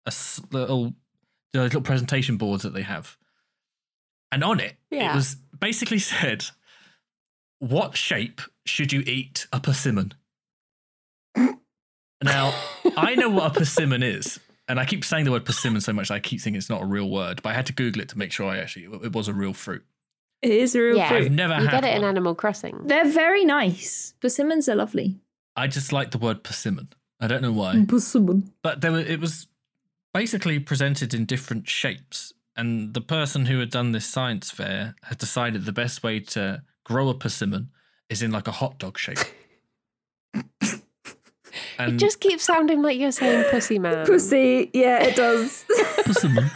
a s- little the little presentation boards that they have. And on it, Yeah. it was basically said, What shape should you eat a persimmon? now, I know what a persimmon is. And I keep saying the word persimmon so much, I keep thinking it's not a real word, but I had to Google it to make sure I actually, it was a real fruit. It is a real Yeah. I've fruit. never you had get it in one. Animal Crossing. They're very nice. Persimmons are lovely. I just like the word persimmon. I don't know why. Mm. Persimmon. but there were, it was basically presented in different shapes and the person who had done this science fair had decided the best way to grow a persimmon is in like a hot dog shape It and just keeps sounding like you're saying pussy Um, man. Pussy. Yeah, it does. persimmon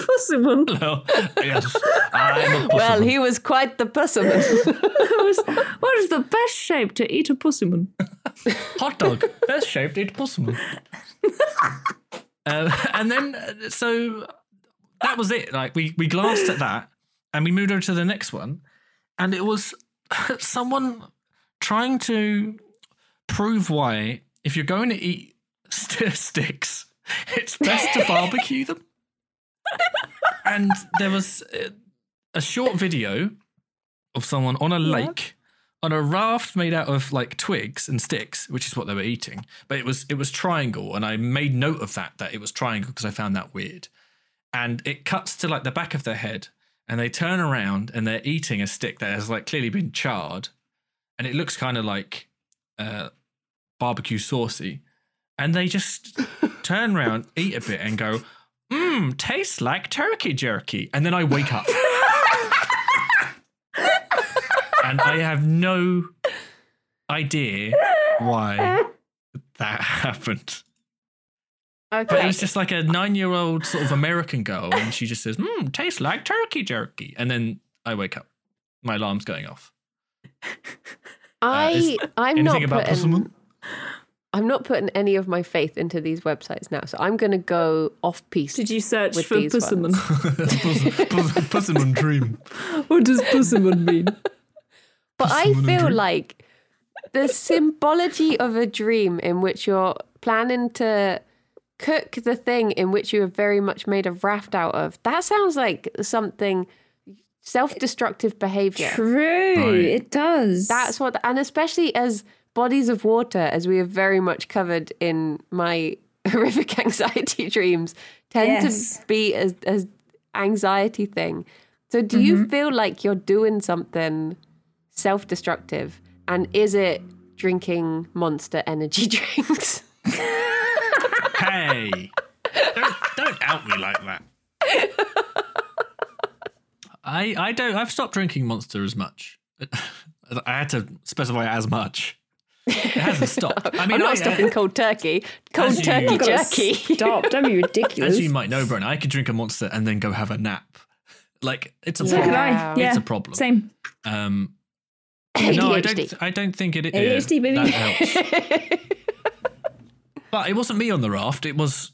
Persimmon. Hello. yes i'm Well, a persimmon. he was quite the pessimist. what is the best shape to eat a persimmon? hot dog best shaped it possible um, and then uh, so that was it like we we glanced at that and we moved over to the next one and it was someone trying to prove why if you're going to eat st- sticks it's best to barbecue them and there was uh, a short video of someone on a lake on a raft made out of like twigs and sticks, which is what they were eating. But it was it was triangle, and I made note of that that it was triangle because I found that weird. And it cuts to like the back of their head, and they turn around and they're eating a stick that has like clearly been charred, and it looks kind of like uh, barbecue saucy. And they just turn around, eat a bit, and go, "Mmm, tastes like turkey jerky." And then I wake up. and I have no idea why that happened. But it Okay. was just like a nine-year-old sort of American girl, and she just says, "Hmm, tastes like turkey jerky." And then I wake up, my alarm's going off. I uh, is I'm not anything about putting, Pusselman? I'm not putting any of my faith into these websites now. So I'm going to go off piece. Did you search With for these Pusserman? Pusselman dream. what does Pusserman mean? But I Someone in feel dream. like the symbology of a dream in which you're planning to cook the thing in which you have very much made a raft out of. That sounds like something self-destructive behavior. True, Right. it does. That's what, and especially as bodies of water, as we have very much covered in my horrific anxiety dreams, tend Yes. to be as as anxiety thing. So, do you feel like you're doing something self destructive, and is it drinking monster energy drinks? Hey, don't, don't out me like that. I I don't. I've stopped drinking Monster as much. I had to specify as much. It hasn't stopped. I I'm mean, I, uh, not stopping cold turkey. Cold you- turkey You've jerky. Stop! Don't be ridiculous. as you might know, Bren, I could drink a Monster and then go have a nap. Like it's a So Could problem. I? Wow. Yeah, It's a problem. Same. Um, ADHD. no, I don't. I don't think it is. ADHD, baby. That helps. but it wasn't me on the raft. It was,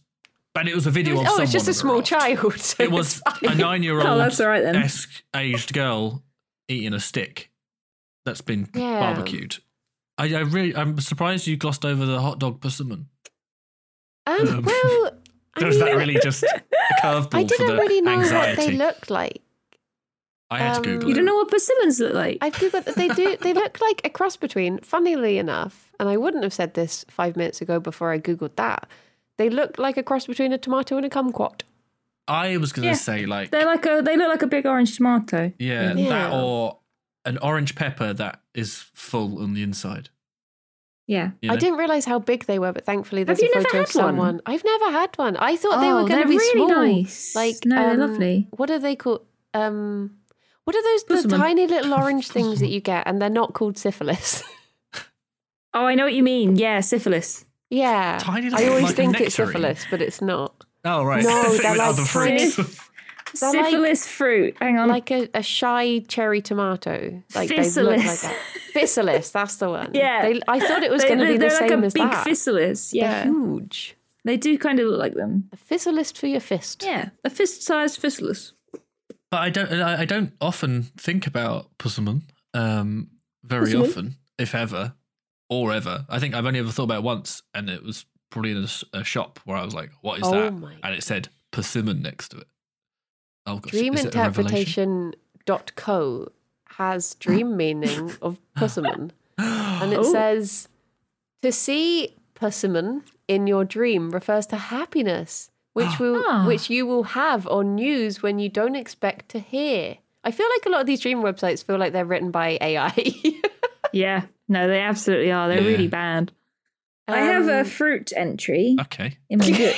but it was a video of oh, someone. it's just on a the small raft. child. so It was it's fine. a nine-year-old Oh, that's all right then. esque aged girl eating a stick that's been Yeah. barbecued. I, I really, I'm surprised you glossed over the hot dog persimmon. Um, Um, well, I Was that mean- really just a curveball I for didn't the really know anxiety? what they looked like. I had um, to Google. You it. don't know what persimmons look like. I've googled that they do. They look like a cross between, funnily enough, and I wouldn't have said this five minutes ago before I googled that. They look like a cross between a tomato and a kumquat. I was going to Yeah. say like, They're like a. They look like a big orange tomato. yeah, Yeah. that or an orange pepper that is full on the inside. Yeah. you I know? didn't realize how big they were, but thankfully there's you a never photo of had one? someone. I've never had one. I thought they Oh, were going they're to be really small. nice. Like No, they're um, lovely. What are they called? Um, what are those the Pusselman. tiny little orange things that you get, and they're not called syphilis? Oh, I know what you mean. Yeah, syphilis. yeah, Tiny I little- always like a think it's nectarine. syphilis, but it's not. Oh right, No, With they're like other fruits. tiny- They're like- syphilis fruit. Hang on. like a, a shy cherry tomato. Like they look like Physalis. that. Physalis, that's the one. Yeah. They, I thought it was They- going to they- be the they're like same a as big that. physalis. Yeah. They're huge. They do kind of look like them. A physalis for your fist. Yeah. A fist-sized physalis. But I don't. I I don't often think about Pusselman um, very Pusselman? often, if ever, or ever. I think I've only ever thought about it once, and it was probably in a, s- a shop where I was like, "What is Oh that?" my- And it said persimmon next to it. Oh gosh, Dream is it a revelation? Dreaminterpretation.co has dream meaning of pusserman. And it Oh. says to see pusserman in your dream refers to happiness, which will Ah. which you will have or news when you don't expect to hear. I feel like a lot of these dream websites feel like they're written by AI. Yeah. No, they absolutely are. They're Yeah. really bad. I have Um, a fruit entry Okay. in my book.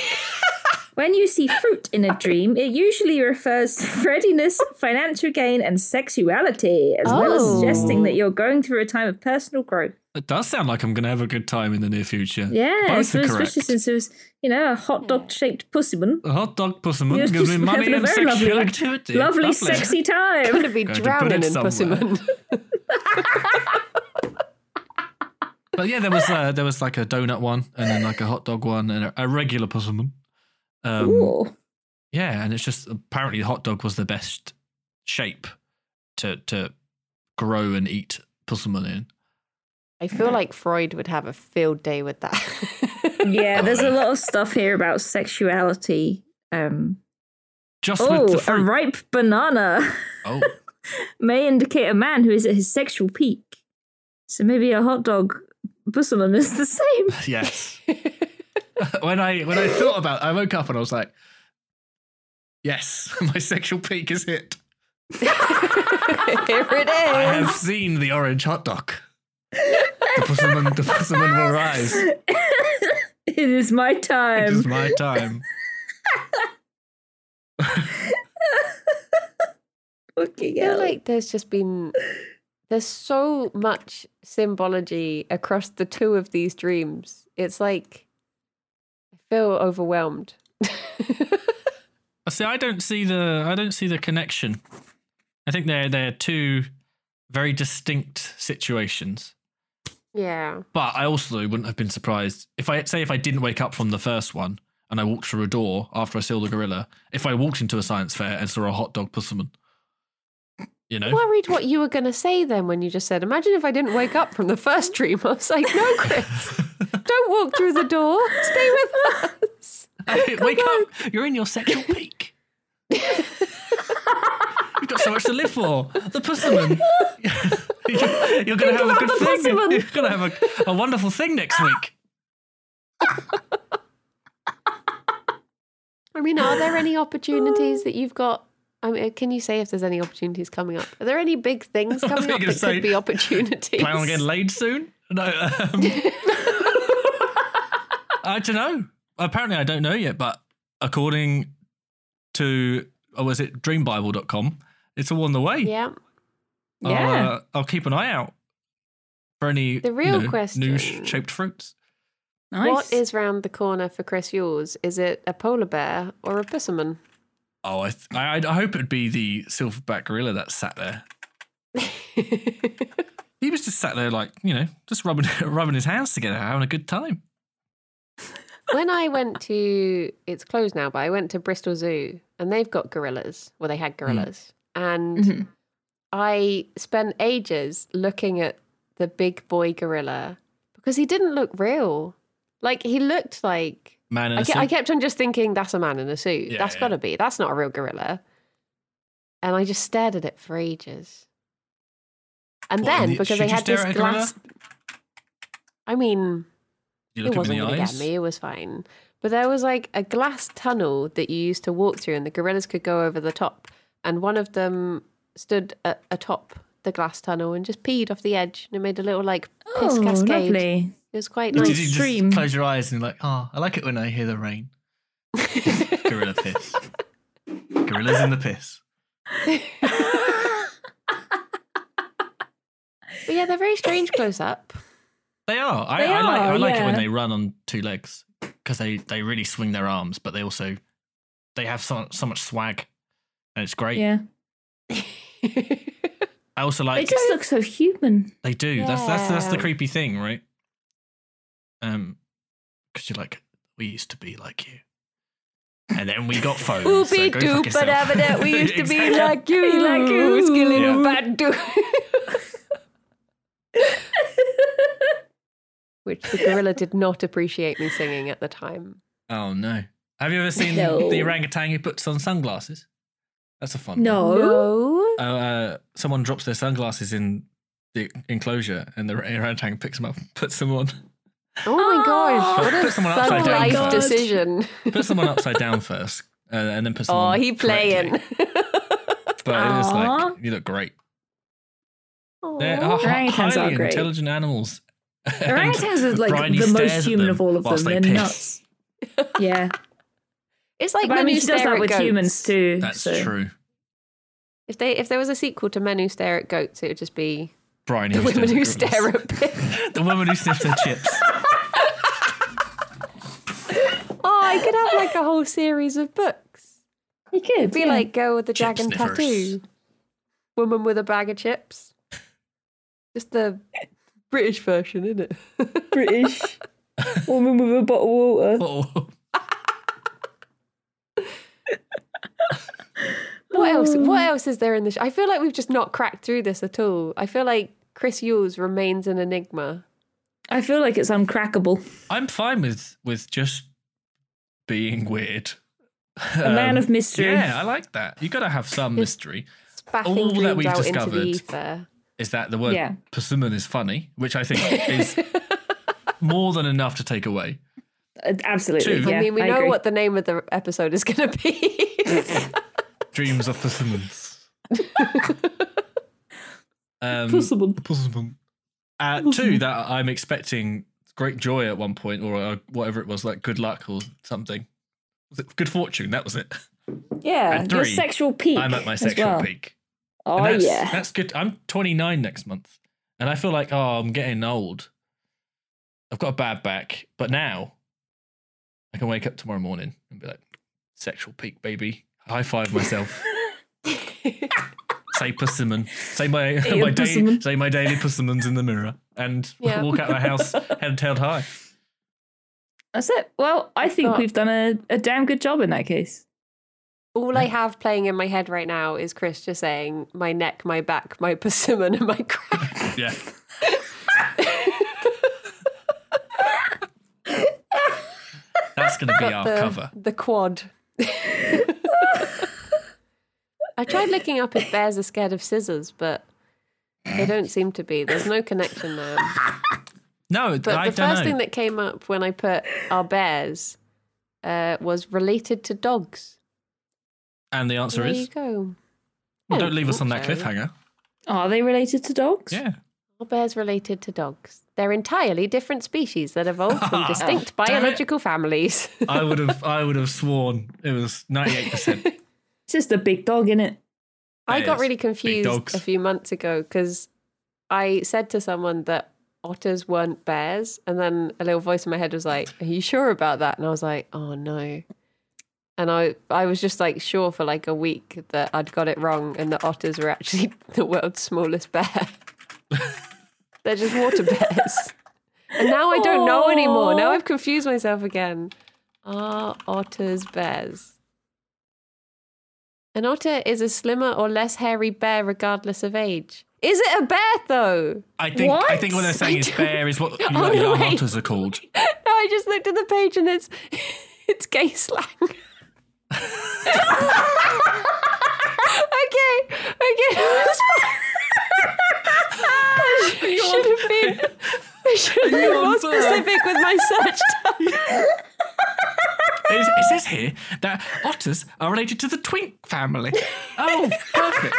when you see fruit in a dream, it usually refers to readiness, financial gain, and sexuality, as well as Oh. suggesting that you're going through a time of personal growth. It does sound like I'm going to have a good time in the near future. Yeah, Both so are it's correct. suspicious since it was, you know, a hot dog shaped pussyman. A hot dog You're pusserman gives me just money having a and very sexual lovely- activity. Lovely, sexy I'm time. gonna be Going to put drowning it in somewhere. pussyman. But yeah, there was uh, there was like a donut one, and then like a hot dog one, and a, a regular pusserman. Um, Ooh. Yeah, and it's just apparently the hot dog was the best shape to to grow and eat pusselman in. I feel like Freud would have a field day with that. Yeah, oh, there's a lot of stuff here about sexuality. Um, Just with oh, the a fruit. ripe banana Oh, may indicate a man who is at his sexual peak. So maybe a hot dog pussyman is the same. yes. when I when I thought about, I woke up and I was like, yes, my sexual peak is hit. Here it I Um. have is. seen the orange hot dog. The pusselman, the pusselman will rise. it is my It time. is my time. Fucking I feel hell. like there's just been there's so much symbology across the two of these dreams. It's like I feel overwhelmed. See, I don't see the I don't see the connection. I think they're they're two very distinct situations. Yeah. But I also wouldn't have been surprised if I say if I didn't wake up from the first one and I walked through a door after I saw the gorilla. If I walked into a science fair and saw a hot dog pussyman, you know, Worried what you were going to say then when you just said, imagine if I didn't wake up from the first dream. I was like, no, Chris, don't walk through the door. Stay with us. wake up! You're in your sexual peak. You've got so much to live for. The pussyman. you're, you're gonna have a about good the thing. pussyman. You're gonna have a, a wonderful thing next week. I mean, are there any opportunities that you've got? I mean, can you say if there's any opportunities coming up? Are there any big things coming you're up gonna that say, could be opportunities? Plan on getting laid soon? No. Um, I don't know. Apparently, I don't know yet, but according to, oh, was it dreambible.com? It's all on the way. Yeah. I'll, Yeah. uh, I'll keep an eye out for any The real you know, question. new sh- shaped fruits. Nice. What is round the corner for Chris Yules? Is it a polar bear or a pussyman? Oh, I, th- I, I hope it'd be the silverback gorilla that sat there. He was just sat there, like you know, just rubbing rubbing his hands together, having a good time. when I went to, it's closed now, but I went to Bristol Zoo and they've got gorillas. Well, they Hmm. had gorillas. And Mhm. I spent ages looking at the big boy gorilla because he didn't look real. Like, he looked like. Man in I, a ke- I suit. kept on just thinking, that's a man in a suit. Yeah, That's yeah. got to be. That's not a real gorilla. And I just stared at it for ages. And What, then, in the- because should they you had stare this at a gorilla? glass. I mean, it You look him in wasn't the going to get eyes. me. It was fine. But there was like a glass tunnel that you used to walk through, and the gorillas could go over the top. And one of them stood a- atop the glass tunnel and just peed off the edge, and it made a little like piss oh, cascade. lovely. It was quite Did nice. you just stream. close your eyes and you're like, oh, I like it when I hear the rain. Gorilla piss. Gorillas in the piss. But yeah, they're very strange close up. They are. I, They I like. I are, like it when yeah. they run on two legs because they they really swing their arms, but they also they have so so much swag, and it's great. Yeah. I also They like. just look so human. They do. That's that's that's the Yeah. creepy thing, right? Um, because you're like, we used to be like you, and then we got phones. so Oopie go fuck doop, yourself. but after that we used to be Exactly. like you, Like you. skilling Yeah. a bad do. Which the gorilla did not appreciate me singing at the time. Oh no! Have you ever seen No. the orangutan who puts on sunglasses? That's a fun. one. No. No. Uh, uh, someone drops their sunglasses in the enclosure, and the orangutan picks them up, puts them on, Oh my gosh! Oh. What a Put someone thug upside down life first. decision. puts them on upside down first, uh, and then puts them Oh, on. he playing. correctly. But it's like Aw. you look great. They're Aw. hi- Orangutans highly are great. intelligent animals. And Orangutans are like Bryony the stares at most human them of all of them. whilst They're piss. nuts. yeah. It's like but I Men mean, Who she does Stare that at with Goats. humans too. That's so. true. If they if there was a sequel to Men Who Stare at Goats, it would just be Brian, the women who stare at at pigs. the woman who sniffs her chips. Oh, I could have like a whole series of books. You could Be yeah. like Girl with the Chip Dragon sniffers. Tattoo, Woman with a Bag of Chips. Just the British version, isn't it? British woman with a bottle of water. Oh, What else? What else is there in the show? I feel like we've just not cracked through this at all. I feel like Chris Yules remains an enigma. I feel like it's uncrackable. I'm fine with with just being weird. A man of mystery. Um, Yeah, I like that. You got to have some mystery. Spaffing All that dreams we've out into discovered. the ether. Is that the word Yeah. persimmon is funny, which I think is more than enough to take away. Uh, Absolutely. True. Yeah, I mean, we know agree. what the name of the episode is going to be. Dreams of persimmons. um, Possible. Puzzleman. Uh, two that I'm expecting great joy at one point, or uh, whatever it was, like good luck or something. Was it good fortune? That was it. Yeah, And your three, sexual peak. I'm at my as sexual well. peak. And Oh that's, yeah. that's good. I'm 29 next month, and I feel like oh, I'm getting old. I've got a bad back, but now I can wake up tomorrow morning and be like, sexual peak, baby. High five myself. say persimmon. Say my Eat a my daily persimmon. say my daily persimmons in the mirror, and Yeah. walk out of the house head held high. That's it. Well, I think thought- we've done a, a damn good job in that case. All I have playing in my head right now is Chris just saying, my neck, my back, my persimmon, and my crack. Yeah, that's gonna be our the, cover. the quad. I tried looking up if bears are scared of scissors, but they don't seem to be. There's no connection there. No, But I the don't first know. thing that came up when I put our bears uh, was related to dogs. and the answer there is you go. I well, don't leave us on think that so. cliffhanger. Are they related to dogs? Yeah, Are bears related to dogs? They're entirely different species that evolved from distinct biological families. I would have I would have sworn it was ninety eight percent. It's just a big dog, in it? I got Bears, really dogs. confused a few months ago because I said to someone that otters weren't bears, and then a little voice in my head was like, "Are you sure about that?" And I was like, "Oh no." And I, I was just like sure for like a week that I'd got it wrong and that otters were actually the world's smallest bear. They're just water bears. And now I don't know anymore. Now Aw. I've confused myself again. Are otters bears? An otter is a slimmer or less hairy bear regardless of age. Is it a bear though? I think I What? think what they're saying is bear is what you Oh, know, the no, arm wait. otters are called. no, I just looked at the page and it's it's gay slang. okay, okay. that's fine. I sh- should have been I should have been more specific with my search. term. It, is- it says here that otters are related to the twink family. Oh, perfect.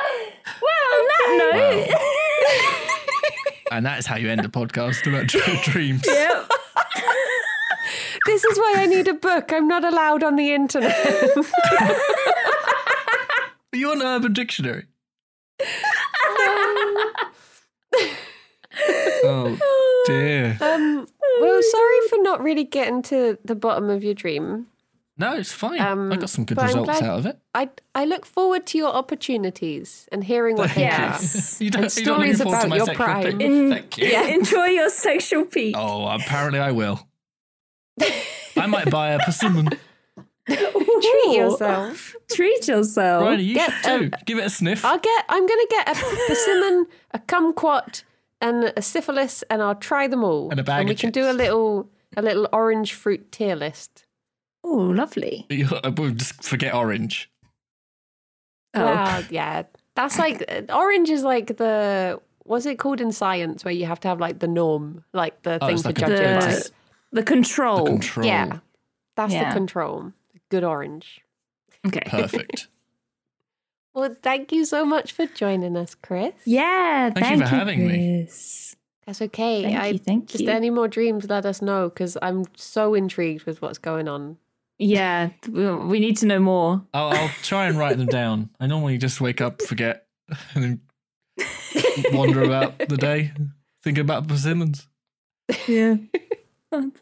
Well, on that note. And that is how you end a podcast about dr- dreams. Yep. This is why I need a book. I'm not allowed on the internet. Are you on Urban Dictionary? oh dear. Um, well, sorry for not really getting to the bottom of your dream. No, it's fine. Um, I got some good but I'm results glad- out of it. I I look forward to your opportunities and hearing what they Yeah. are. Yes. you don't, And you're not looking stories forward to about my your Mm. sexual prime. peak. In- Thank you. yeah, enjoy your sexual peak. Oh, apparently I will. I might buy a persimmon. Treat Ooh. yourself. Treat yourself. Riley, Oh, you Get, should too. Give it a sniff. I'll get. I'm gonna get a persimmon, a kumquat, and a syphilis, and I'll try them all. And a bag And we of can do a chips. little a little orange fruit tier list. Oh, lovely. uh, We'll just forget orange. Oh. Well, yeah, that's like uh, orange is like the what's it called in science where you have to have like the norm, like the Oh, thing it's to like a judge it by. the, the control. The control. Oh, Yeah, that's Yeah. the control. Good orange. Okay. Perfect. Well, thank you so much for joining us, Chris. Yeah. Thank you for having me. Chris. That's okay. Thank I, you. Thank just you. any more dreams, let us know because I'm so intrigued with what's going on. yeah. We, we need to know more. I'll, I'll try and write them down. I normally just wake up, forget, and then wander about the day thinking about persimmons. Yeah.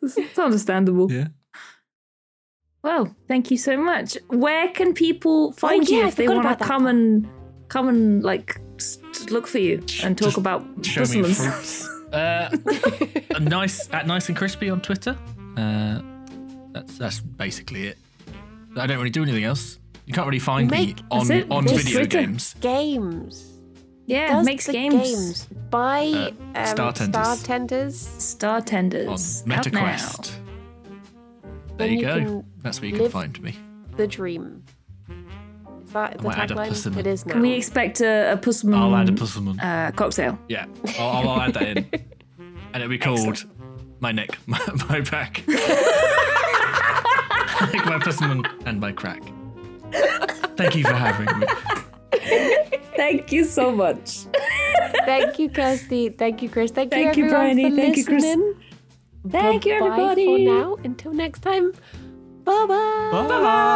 it's understandable. Yeah. Well, thank you so much. Where can people find Oh, yeah, you I if they forgot want about to that come part. and come and like st- look for you and talk Just about Show me persimmons? fruits. Uh, nice at nice and crispy on Twitter. Uh, that's that's basically it. I don't really do anything else. You can't really find Make- me on that's it. on Make video Twitter. games. Games. Yeah, Does makes the games. Buy Uh, um, Star Tenders. Startenders. Tenders. Star On tenders. out MetaQuest. There Then you you go. can That's where you can live- find me. The Dream. Is that the gonna add a tagline? persimmon. It is now. now. Can we expect a, a persimmon? I'll add a persimmon. uh, cocktail. Yeah, I'll, I'll, I'll add that in, and it'll be called my neck, my, my back, Like my persimmon, and my crack. Thank you for having me. Thank you so much. Thank you, Kirsty. Thank you, Chris. Thank, Thank you, you, everyone, Bryony. for Thank you, Chris. listening. Thank you, Bye everybody. for now. Until next time. Bye-bye. Bye.